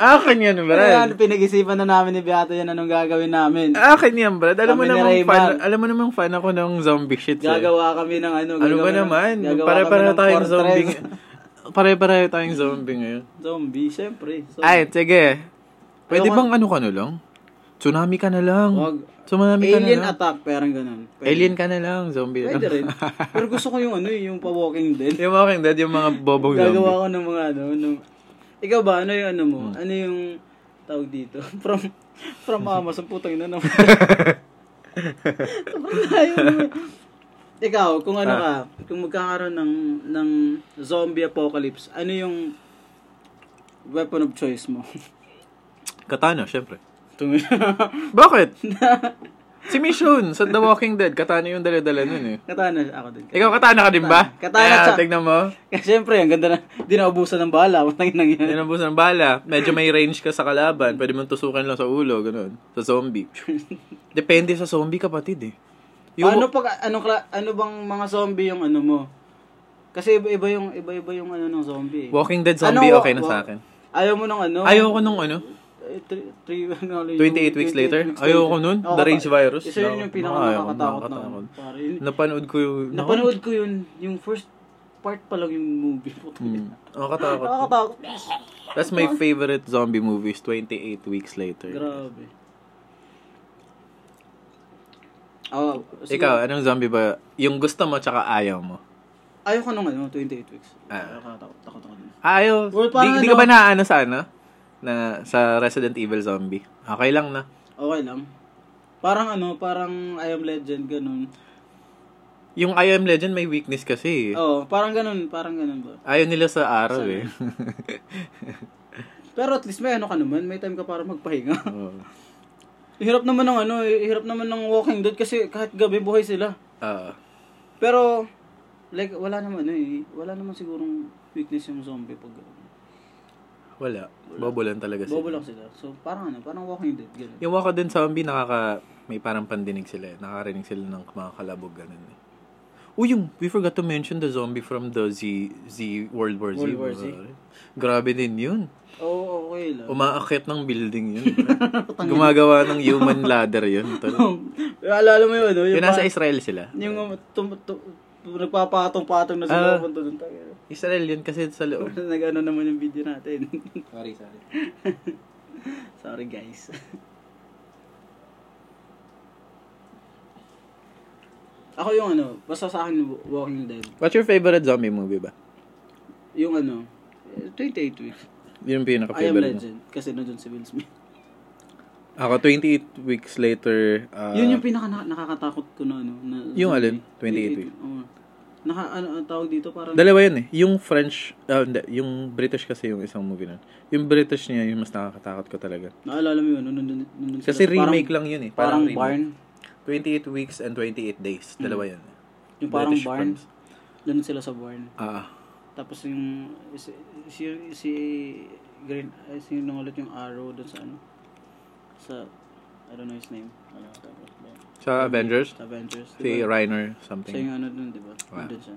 Akin yan,
Ayan,
brad.
pinag-isipan na namin ni Beato yan anong gagawin namin.
Akin yan, brad. Alam
Kami
mo
ni
namang fan,
Raymar.
alam mo namang fan ako ng zombie shit. eh.
Gagawa kami ng ano.
Ano ba
gagawa ng-
naman?
gagawa
Pare-pareho
kami ng
tayong
fortress.
zombie. ng- Pare-pareho tayong zombie ngayon.
Zombie, syempre. So,
Ay, sige. Pwede
Ayoko-
bang ano ka na lang? Tsunami ka na lang.
Wag.
Tsunami ka na
Alien
lang.
attack, parang ganun. Pwede.
Alien ka na lang, zombie. na
Pwede
lang.
rin. Pero gusto ko yung ano, eh, yung pa-walking dead.
yung Walking Dead, yung mga bobong zombie.
Gagawa ko ng mga ano, ano. Ikaw ba, ano yung ano mo? Ano yung tawag dito? From from Amazon, putang ina naman. Sobrang layo naman. Ikaw, kung ano ka, kung magkakaroon ng ng zombie apocalypse, ano yung weapon of choice mo?
Katana, syempre.
Tungin.
Bakit? si Mission sa The Walking Dead, katana yung dala-dala nun eh.
Katana ako din.
Ikaw katana ka din ba?
Katana. Katana,
Ayan,
tsa-
tignan mo.
Kasi syempre, ang ganda na, di naubusan ng bala. Putang ina yan.
Tinabos ng bala. Medyo may range ka sa kalaban. Pwede mong tusukan lang sa ulo, ganun. Sa zombie. Depende sa zombie, kapatid eh. Yung,
ano pag ano kla- ano bang mga zombie yung ano mo? Kasi iba-iba yung iba-iba yung ano ng zombie. eh.
Walking Dead zombie,
Ano,
okay na
wa-
sa akin.
Ayaw mo nung ano?
Ayoko nung ano,
Eh, three, three, ano, yung
28 weeks later? Ayoko nun,
Oo,
the rage
kapa-
virus.
Isa yun yung
Nakaka-
pinaka
ayaw,
nakakatakot na.
nakakatakot.
pare. Yun-
napanood ko yung...
Napanood ko yun, yung first part pa lang yung movie. Puta.
Hmm. Nakakatakot.
Nakakatakot.
That's my favorite zombie movie is 28 Weeks Later.
Grabe. Oh, sige.
Ikaw, anong zombie ba? Yung gusto mo tsaka ayaw mo.
Ayaw ko nung ano, 28 weeks.
Ah.
Nakakatakot. Takot ako dun.
Ah, Ayaw.
Well,
di,
parang
di ka
ano-
ba naano sa ano? Na, sa Resident Evil zombie. Okay lang na.
Okay lang. Parang ano, parang I Am Legend, ganun.
Yung I Am Legend may weakness kasi. eh.
Oo, parang ganun, parang ganun ba.
Ayaw nila sa araw eh.
Pero at least may ano ka naman, may time ka para magpahinga.
Oo.
hirap naman ng ano, eh, hirap naman ng Walking Dead kasi kahit gabi buhay sila.
Ah.
Pero, like, wala naman ano eh. Wala naman sigurong weakness yung zombie pag
wala. Bobolan talaga sila.
bobo lang sila. So, parang ano, parang Walking Dead, ganun.
Yung Waka din zombie, nakaka... May parang pandinig sila eh. Nakakarinig sila ng mga kalabog ganun eh. Oh, yung, we forgot to mention the zombie from the Z, Z World War Z.
World War Z.
Grabe din yun.
Oo, okay lang.
Umaakit ng building yun. Gumagawa ng human ladder yun. Tol.
Alala mo yun, ano? Yung,
Yung Um, nasa
pa-
Israel sila.
yung um, tum, tum- tum- nagpapatong-patong na sila
Ah.
punta dun tayo.
Israel yun kasi sa loob.
Nag-ano naman yung video natin.
Sorry, sorry.
Sorry guys. Ako yung ano, basta sa akin Walking Dead.
What's your favorite zombie movie ba?
Yung ano, eh, 28 weeks. I am
Yun yung pinaka-favorite mo.
legend. Kasi nandun si Will Smith.
Ako, 28 weeks later. ah,
Yun yung pinaka na- nakakatakot ko na ano. Na,
Yung alin?
zombie.
28
Oo. Naka, ano, ang tawag dito parang...
Dalawa yun eh. Yung French, ah, hindi, yung British kasi yung isang movie nun. Yung British niya, yung mas nakakatakot ko talaga.
naalala mo yun, ano, nandun, nandun
Kasi
sila- parang-
remake lang yun eh.
Parang,
remake.
barn. Hmm.
28 weeks and 28 days. Dalawa yun.
Yung parang
British
barn.
Friends.
Nandun sila sa barn.
Ah,
Tapos yung si si, si Green ay, si nangulit yung arrow doon sa ano sa I don't know his name. Ano tapos ba?
sa Ah, Avengers,
Sa Avengers.
si
Diba?
Reiner
Siya
something.
yung ano doon, 'di ba?
Wow.
Nandun siya.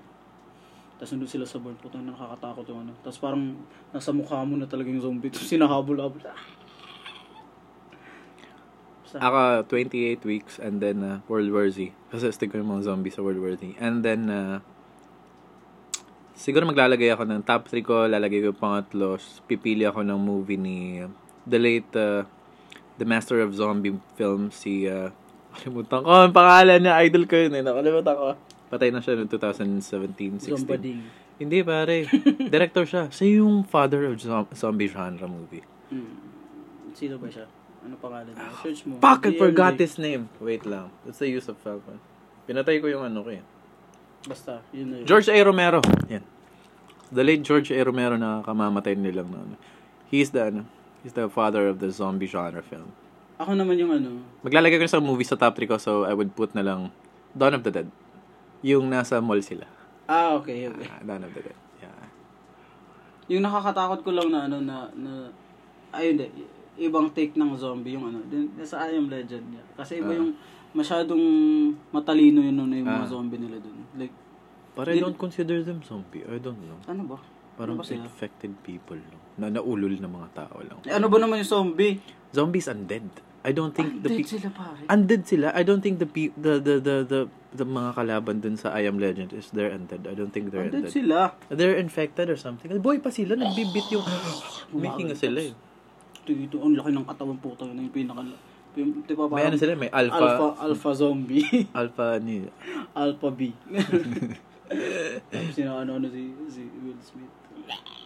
Tapos nandun sila sa barn, putang ina, nakakatakot yung ano. Tapos parang nasa mukha mo na talaga yung zombie. Tapos sinahabol-habol. Ah!
Ako, 28 weeks and then uh, World War Z. Kasi stick ko yung mga zombie sa World War Z. And then, uh, siguro maglalagay ako ng top 3 ko, lalagay ko yung pangatlo, s- pipili ako ng movie ni uh, the late, uh, the master of zombie film, si, uh, kalimutan ko, ang pangalan niya, idol ko yun eh, nakalimutan ko. Patay na siya noong 2017, 16.
Zombading.
Hindi pare, director siya. Siya yung father of zom- zombie genre movie.
Hmm. Sino ba siya? Ano pangalan niya? Search mo.
Fuck,
DMD.
I Ah, forgot his name. Wait lang. That's the use of Falcon. Pinatay ko yung ano ko eh.
Basta, yun na yun.
George A. Romero. Yan. The late George A. Romero na kamamatay nilang na ano. He's the ano. He's the father of the zombie genre film.
Ako naman yung ano,
Maglalagay ko na sa movie sa top 3 ko so I would put na lang Dawn of the Dead. Yung nasa mall sila.
Ah, okay, okay.
Ah, Dawn of the Dead. Yeah.
Yung nakakatakot ko lang na ano na, na ayun de, ibang take ng zombie yung ano. Din, sa I Am Legend niya. Kasi iba
Ah.
yung masyadong matalino yun ano, yung mga
Ah.
zombie nila dun. Like,
But I don't consider them zombie. I don't know.
ano ba? ano
Parang
ba sila?
infected people lang. Na naulol na mga tao lang.
Eh, ano ba naman yung zombie?
Zombies undead. I don't think the
Dead
pe-
sila pare.
undead sila. I don't think the pe- the, the the the the mga kalaban dun sa I Am Legend is they're undead. I don't think they're
Undead
undead.
sila.
They're infected or something. Boy pa sila nagbibit yung making nga sila. Eh.
Dito, ang laki ng katawan po tayo na yung pinaka... Yung, di ba,
May
parang
ano sila, may alpha
alpha,
alpha,
alpha zombie.
ni
Alpha B. Tapos ano-ano si, si Will Smith.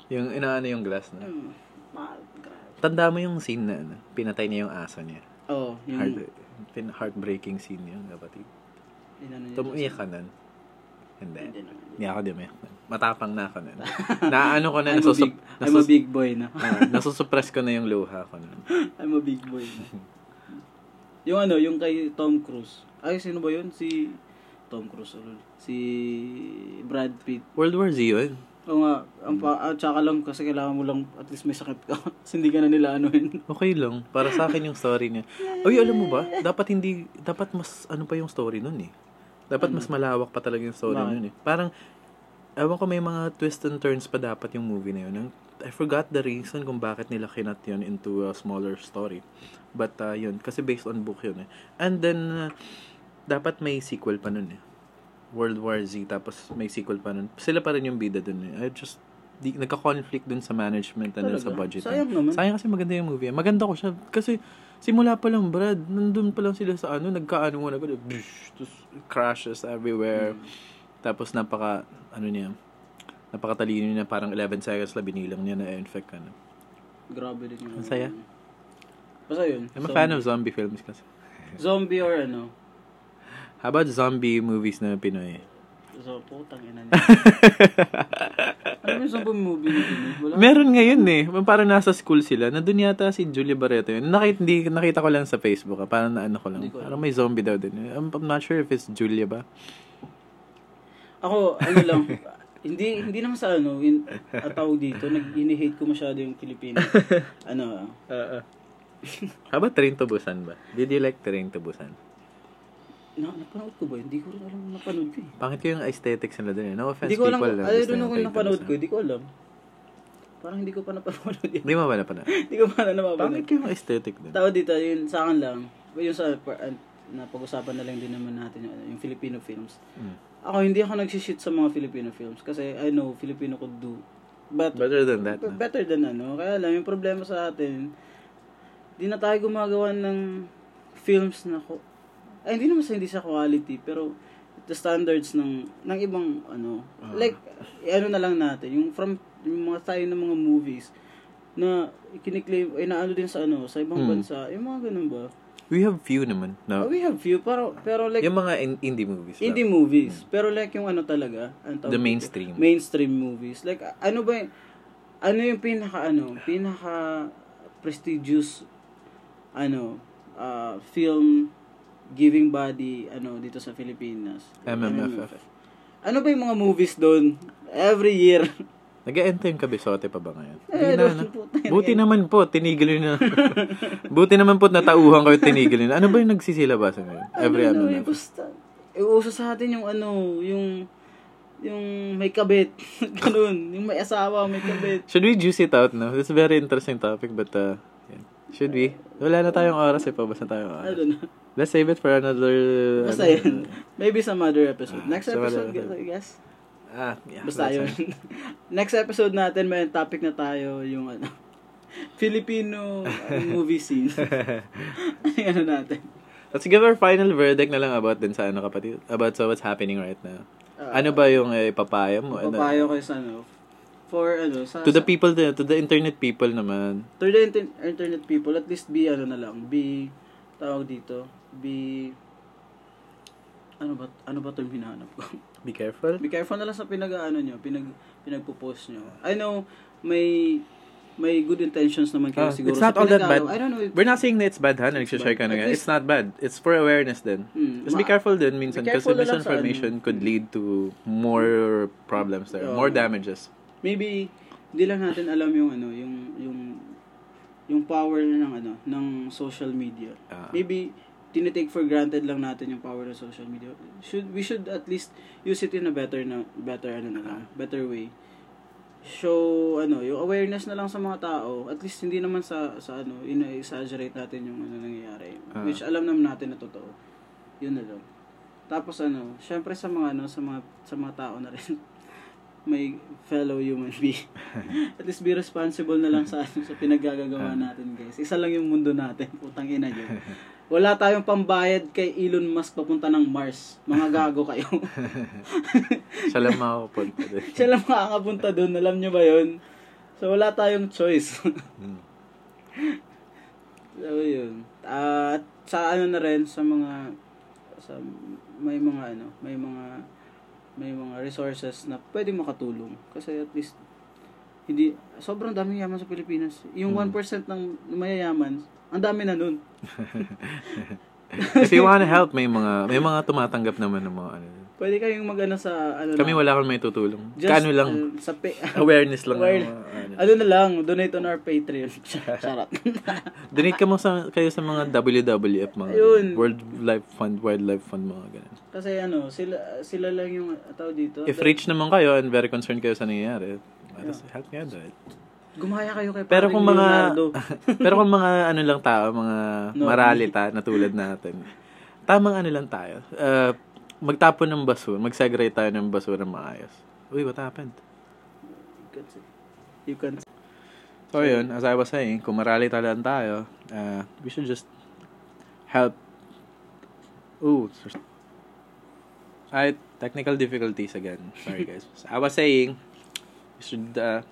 yung inaano yung glass na.
Mm, mahal, grabe.
Tanda mo yung scene na ano, pinatay niya yung aso niya.
Oh, yun.
Heart, pin- heartbreaking scene yun, kapatid.
yun ano yun.
Tumiyak ka nun. Hindi.
Hindi naman.
Hindi ako dumiyak nun. Matapang na ako nun. Naano ko na,
I'm a, big,
nasusup-
I'm a
nasus-
big boy na.
ah, nasusuppress ko na yung luha ko nun.
I'm a big boy na. Yung ano, yung kay Tom Cruise. Ay, sino ba yun? Si Tom Cruise. ulol. Si Brad Pitt.
World War Z yun.
Oo nga, ang pa, at saka lang kasi kailangan mo lang at least may sakit ka. Kasi hindi ka na nila anuhin.
Okay lang. Para sa akin yung story niya. Uy, alam mo ba? Dapat hindi, dapat mas, ano pa yung story nun eh. Dapat mas malawak pa talaga yung story
Ano? Bakit?
nun eh. Parang, ewan ko may mga twist and turns pa dapat yung movie na yun. Ang- I forgot the reason kung bakit nila kinat yun into a smaller story. But uh, yun, kasi based on book yun eh. And then, uh, dapat may sequel pa nun eh. World War Z, tapos may sequel pa nun. Sila pa rin yung bida dun eh. I just, di, nagka-conflict dun sa management and dun sa
Talaga?
budget.
Sayang naman.
Sayang kasi maganda yung movie. Maganda ko siya. Kasi simula pa lang, Brad, nandun pa lang sila sa ano, nagkaano muna, ganun, bish, tapos crashes everywhere. Tapos napaka, ano niya, napakatalino niya, parang 11 seconds lang binilang niya na-infect ka na. eh,
Grabe din yun.
Ang saya.
Basta yun.
I'm a
Zom-
fan of zombie films kasi.
Zombie or ano?
How about zombie movies na Pinoy?
So, putang ina niya. ano yung zombie movie na yun? Wala.
Meron ngayon eh. Parang nasa school sila. Nandun yata si Julia Barreto yun. Nakita, hindi, nakita ko lang sa Facebook. Ah. Parang naano ko lang.
Hindi ko alam.
Parang may zombie daw din. I'm, I'm not sure if it's Julia ba.
Ako, ano lang, hindi hindi naman sa ano, in, ang tawag dito, nag hate ko masyado yung Pilipinas. ano,
Oo. How about Train to Busan ba? Did you like Train to Busan?
na, napanood ko ba? yun? Hindi ko rin alam kung napanood ko eh.
Pangit ko yung aesthetics nila dun eh. No offense
Hindi ko alam,
people.
I don't know kung napanood ko, hindi ko alam. Parang hindi ko pa napanood yun.
Hindi mo ba napanood?
Hindi ko pa na
Pangit
napapanood.
ko yung aesthetic dun.
Tao dito, yun sa akin lang. Yung sa, par- an- napag-usapan na lang din naman natin yung, ano, yung Filipino films.
Mm.
Ako, hindi ako nagsishit sa mga Filipino films kasi I know Filipino could do. But,
Better than that.
but
No?
better than ano. Kaya lang, yung problema sa atin, di na tayo gumagawa ng films na ko ay hindi naman sa hindi sa quality pero the standards ng ng ibang ano like ano na lang natin yung from yung mga tayo ng mga movies na kiniklaim ay naano din sa ano sa ibang bansa yung mga ganun ba
We have few naman. No?
we have few pero pero like
Yung mga in- indie movies.
indie
Lang.
movies pero like yung ano talaga ang tawag
The
dito?
mainstream.
mainstream movies like a- ano ba yung, ano yung pinaka ano pinaka prestigious ano ah, film giving body ano dito sa Pilipinas
MMFF.
ano ba yung mga movies doon every year
Nag-enter yung kabisote pa ba ngayon?
Eh,
Hindi na,
doon
no?
po
Buti naman po, tinigil yun na. Buti naman po, natauhan ko yung tinigil yun. Ano ba yung nagsisilabasa ngayon? Every
ano,
ano
na,
na.
basta iuso sa atin yung ano yung yung may kabit ganun yung may asawa may kabit
Should we juice it out now? It's a very interesting topic, but uh, yeah. should we? Wala na tayong oras eh, pabasa tayong
I
oras.
don't know
Let's save it for another...
Basta
ano,
yun. Maybe some other episode. Next
some other
episode,
episode.
I guess.
Ah, yeah.
Basta
that's
yun.
it.
Next episode natin, may topic na tayo yung ano. Filipino uh, movie scene. Ano yung ano natin?
Let's give our final verdict na lang about din sa ano kapatid. About sa what's happening right now.
Ah,
ano ba yung eh, papaya mo? Ano-
Papayo ko sa ano. For ano, sa,
To the
sa-
people, din, to the internet people naman.
to the inter- internet people, at least be ano na lang, be, tawag dito, be, ano ba, ano ba term hinahanap ko?
Be careful.
Be careful na lang sa pinag-ano nyo, pinag, pinagpo-post nyo. I know, may, may good intentions naman kayo
Ah,
siguro.
it's not
sa
all that
pinag-araw.
bad.
I don't know. If,
We're not saying na it's bad ha, na nagsishare
bad.
ka
At
na nga.
least-
It's not bad. It's for awareness din.
Hmm,
Just be
ma-
careful din minsan
be
kasi
careful na lang sa
misinformation
ano. Oh.
could lead to more problems there,
Oo.
more damages.
Maybe, hindi lang natin alam yung ano, yung yung yung power ng ano, ng social media.
Ah.
Maybe tinitake for granted lang natin yung power ng social media. Should we should at least use it in a better na better ano na
Ah.
lang, better way. Show ano, yung awareness na lang sa mga tao. At least hindi naman sa sa ano, ina-exaggerate natin yung ano nangyayari.
Ah.
Which alam naman natin na totoo. Yun na lang. Tapos ano, syempre sa mga ano, sa mga sa mga tao na rin may fellow human being. At least be responsible na lang sa ano, sa pinaggagawa natin, guys. Isa lang yung mundo natin, putang ina niyo. Wala tayong pambayad kay Elon Musk papunta ng Mars. Mga gago kayo.
Siya lang makakapunta doon.
Siya lang makakapunta doon, alam niyo ba 'yon? So wala tayong choice.
Mm.
So, yun. At sa ano na rin, sa mga, sa, may mga ano, may mga, may mga resources na pwede makatulong. Kasi at least, hindi, sobrang daming yaman sa Pilipinas. Yung
Mm.
1% ng mayayaman, ang dami na nun.
If you wanna help, may mga may mga tumatanggap naman ng mga ano.
Pwede kayong mag-ano sa, ano
Kami
lang,
wala kang may tutulong.
just,
Kano
uh,
lang,
sa pe-
awareness lang. ng
aware-
mga ano.
ano na lang, donate on our Patreon. Charot.
Donate ka mo sa, kayo sa mga WWF, mga
Ayun.
World Life Fund, Wildlife Fund, mga ganun.
Kasi ano, sila, sila lang yung tao dito.
If rich naman kayo and very concerned kayo sa nangyayari, let us help nga doon.
Gumaya kayo kay
Pero
Paring
kung mga
Leonardo.
pero kung mga ano lang tao, mga
No.
maralita na tulad natin. Tamang ano lang tayo. Uh, magtapon ng basura, mag-segregate tayo ng basura maayos. Uy, what happened?
You can
So yun, as I was saying, kung maralita lang tayo, uh, we should just help. Ooh, sur- ay, technical difficulties again. Sorry guys. So, I was saying, we should uh,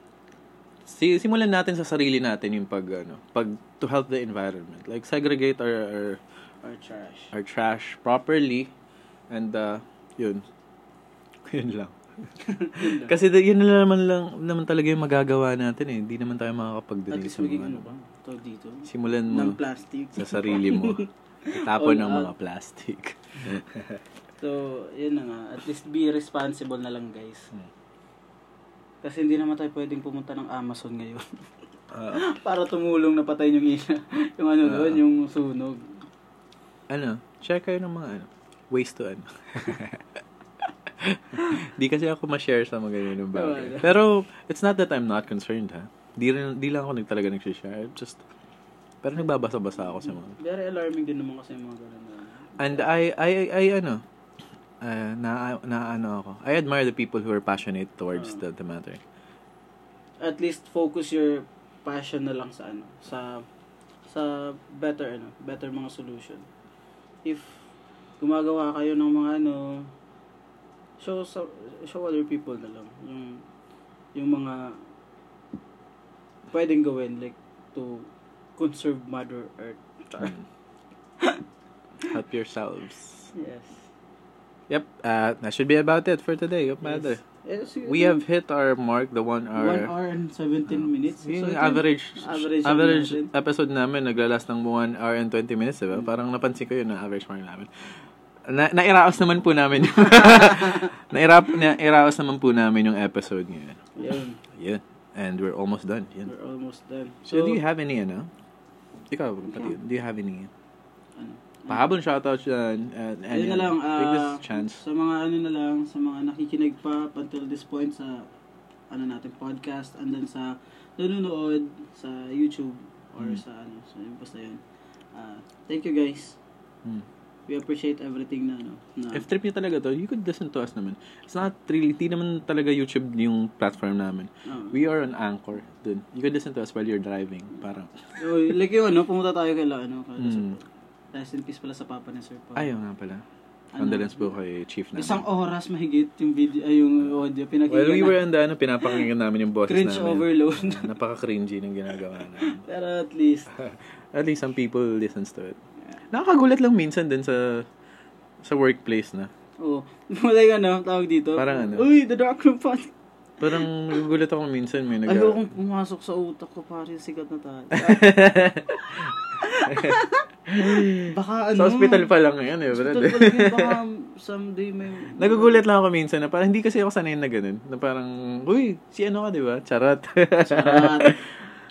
si simulan natin sa sarili natin yung pag ano, pag to help the environment. Like segregate our our,
or trash.
our trash properly and uh, yun. yun lang. Kasi the- yun na naman lang naman talaga yung magagawa natin eh. Hindi naman tayo
At
makakapag-donate
least
sa mga
maging ano
ano.
ba? Tawag dito.
Simulan
Ng
mo
plastic.
sa sarili mo.
All
Tapon ng
out.
mga plastic.
So, yun na nga. At least be responsible na lang guys.
Hmm.
Kasi hindi naman tayo pwedeng pumunta ng Amazon ngayon.
Ah,
Para tumulong na patayin yung ina. yung ano doon, yung sunog.
ano, share kayo ng mga ano, ways to ano. di kasi ako ma-share sa mga ganyan ng bagay.
Wala.
Pero, it's not that I'm not concerned, ha? Di, rin, di lang ako nag- talaga nagsishare. Just, pero nagbabasa-basa ako sa mga
Very alarming din naman kasi yung mga ganun. na- ano.
And I, I, I, I ano, uh, na, na ano ako. I admire the people who are passionate towards
Ah.
the, the matter.
At least focus your passion na lang sa ano. Sa sa better ano, better mga solution. If gumagawa kayo ng mga ano, show sa show other people na lang yung yung mga pwedeng gawin like to conserve mother earth.
Mm. Help yourselves.
Yes.
Yep, uh, that should be about it for today. Good matter.
Yes. Yes,
We have hit our mark, the one
1
hour.
hour and 17 minutes.
Yung
ito
average,
average
average,
lang natin. Mm.
episode namin, naglalas ng 1 hour and 20 minutes, diba? Parang napansin ko yun na average mark namin. Na, nairaos naman po namin yung... nairap, nairaos naman po namin yung episode ngayon.
Yun.
Yeah. And we're almost done. Yun.
We're almost done.
So, do you have any, ano? Ikaw, kapatid, do you have any?
Ano?
Pahabol shoutout dyan. And, and
Ayun na lang,
take this
ah,
chance.
Sa mga ano na lang, sa mga nakikinig pa up until this point sa ano natin podcast and then sa nanonood sa YouTube or
Mm.
sa ano, sa yun, basta yun. Ah, thank you guys.
Mm.
We appreciate everything na ano. Na,
If trip niyo talaga to, you could listen to us naman. It's not really, di naman talaga YouTube yung platform namin.
ah.
We are on Anchor. Dun. You could listen to us while you're driving. Parang,
So, like yung ano, pumunta tayo kay la- ano, kay
Mm.
Rest in peace pala sa papa ni Sir Paul.
ayaw nga pala.
Ano?
Condolence po kay Chief namin.
Isang oras mahigit yung video, ay, yung audio. Pinakinggan
While we were
na-
on the, ano, pinapakinggan namin yung boses
Cringe
namin.
overload.
Ah, Napaka-cringy ng ginagawa namin.
Pero at least,
At least some people listens to it. Nakakagulat lang minsan din sa sa workplace na.
oh, like ano, tawag dito.
Parang ano?
Uy, the dark room pa.
Parang nagugulat ako minsan may nag-
Ayokong pumasok sa utak ko, pare, sikat na tayo.
Baka ano.
Sa hospital pa lang yan eh. brad.
Tol, pag yun, baka someday may...
Nagugulat lang ako minsan na parang hindi kasi ako sanay na ganun. Na parang, uy, si ano ka, di ba? Charot.
Charot.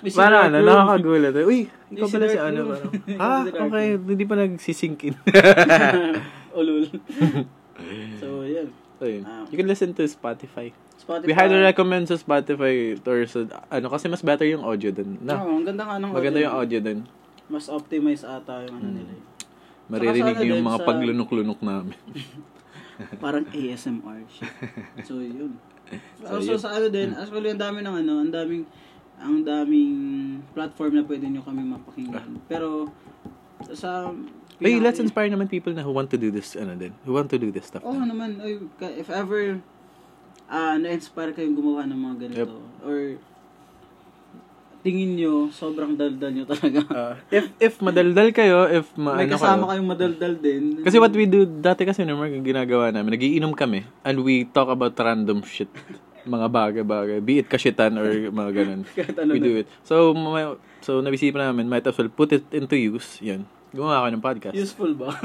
Uy, si
parang
Dark
ano,
Room.
nakakagulat. Uy, ikaw
Yung si
pala si
Dark
ano.
Room.
Parang,
Yung
ah,
si Dark Room.
okay, hindi pa nagsisinkin.
oh, lol. so, yan.
Ayun.
Ah.
You can listen to Spotify.
Spotify.
We highly recommend sa Spotify or sa, ano, kasi mas better yung audio dun. Na,
Oo, Oh, ang ganda nga ng
maganda yung audio Hmm. dun.
Mas optimize ata yung ano nila. eh.
Maririnig
Saka sa
niyo yung
ano
mga
din, sa-
paglunok-lunok namin.
Parang ASMR siya. So, yun.
So,
So, so,
yun.
sa ano din, actually, ang dami ng ano, ang daming, ang daming platform na pwede nyo kami mapakinggan. Pero, sa... pinaka-
Hey, Ah. let's inspire naman people na who want to do this, ano din, who want to do this stuff.
Oo
din.
naman, oy, ka- if ever ah na-inspire kayong gumawa ng mga ganito, or tingin nyo, sobrang daldal nyo talaga.
Ah, if if madaldal kayo, if
May
maano
kasama
kayo.
kayong madaldal din.
Kasi what we do dati kasi normal yung ginagawa namin, nagiinom kami and we talk about random shit. mga bagay-bagay, be it kashitan or mga ganun.
Kahit ano
we
na.
do it. So, may, so naisipan namin, might as well put it into use. Yun. Gumawa ako ng podcast.
Useful ba?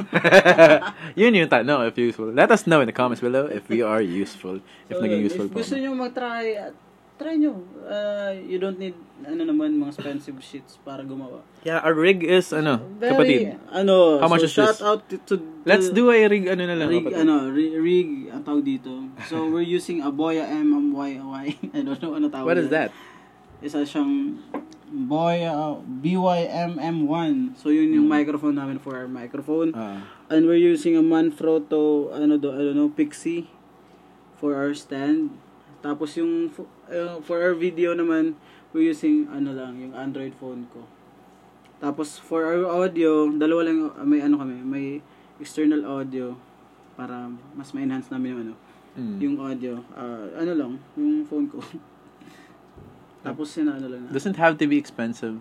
yun yung tanong, if useful. Let us know in the comments below if we are useful. If
So,
naging useful
if
po.
gusto nyo mag-try, ah, try nyo. Ah, you don't need, ano naman, mga expensive shits para gumawa.
Yeah, our rig is, ano,
Very,
kapatid.
Ano,
How much
so
is
shout
this?
out to, to-
Let's do a rig, ano na lang,
Rig,
kapatid.
ano, ri- rig, ang tawag dito. So, we're using Aboya MMYY. I don't know ano tawag
What is
yan.
that?
Isa siyang Boya uh, BYMM1. So, yun
Hmm.
yung microphone namin for our microphone.
Ah.
And we're using a Manfrotto, ano do, I don't know, Pixie for our stand. Tapos yung, fo- uh, for our video naman, we're using, ano lang, yung Android phone ko. Tapos for our audio, dalawa lang, uh, may ano kami, may external audio para mas ma-enhance namin yung ano,
Mm.
yung audio. Ah, ano lang, yung phone ko. Tapos yun, ano lang. Na.
Doesn't have to be expensive.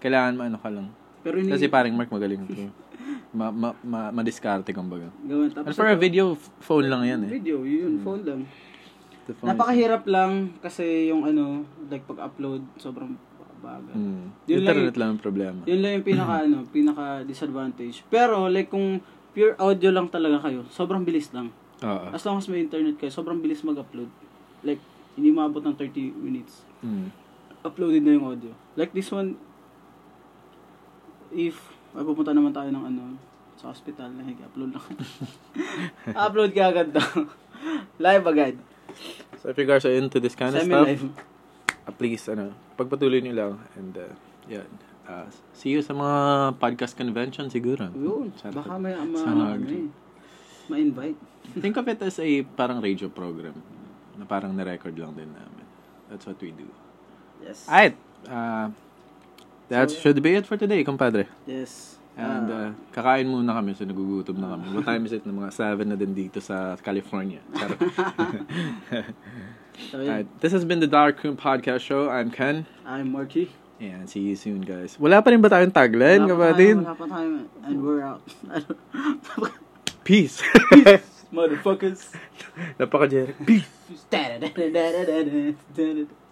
Kailangan maano ka lang.
Pero ni,
Kasi parang Mark magaling ko. Ma, ma, ma, ma-discarte kumbaga.
gawan. Tapos
And for a
ito,
video, f- phone lang yan eh.
Video, yun, phone lang.
The phone is-
Napakahirap lang kasi yung ano, like pag-upload, sobrang bagal.
Mm.
Yun lang eh.
Internet lang ang problema.
Yun lang yung pinaka ano, pinaka disadvantage. Pero like kung pure audio lang talaga kayo, sobrang bilis lang.
Oo.
As long as may internet kayo, sobrang bilis mag-upload. Like hindi maabot ng 30 minutes.
Mm.
Uploaded na yung audio. Like this one if ay pupunta naman tayo ng ano sa hospital na upload lang. upload ka agad daw. Live agad.
So if you guys are into this kind of stuff,
Semi-live.
uh, please, ano, pagpatuloy nyo lang. And, uh, yeah. Uh, see you sa mga podcast convention siguro.
Yun.
Sana-
Baka may ma, ano,
Sana mag-
ano eh, ma-invite.
Think of it as a parang radio program na parang na-record lang din namin. That's what we do.
Yes.
Alright. Uh, that
So-
should be it for today, compadre.
yes.
And
Ah,
uh, kakain muna kami, so nagugutom na kami. What time is it? Na mga 7 na din dito sa California. Charot.
so, yun.
Alright, this has been the Dark Room Podcast Show. I'm Ken.
I'm Marky.
And see you soon, guys. Wala pa rin ba tayong tagline,
Wala pa
kapatid?
tayo, Wala pa tayo. And we're out.
Peace.
Motherfuckers.
Napaka-jerk. Peace.
Da-da-da-da-da-da-da.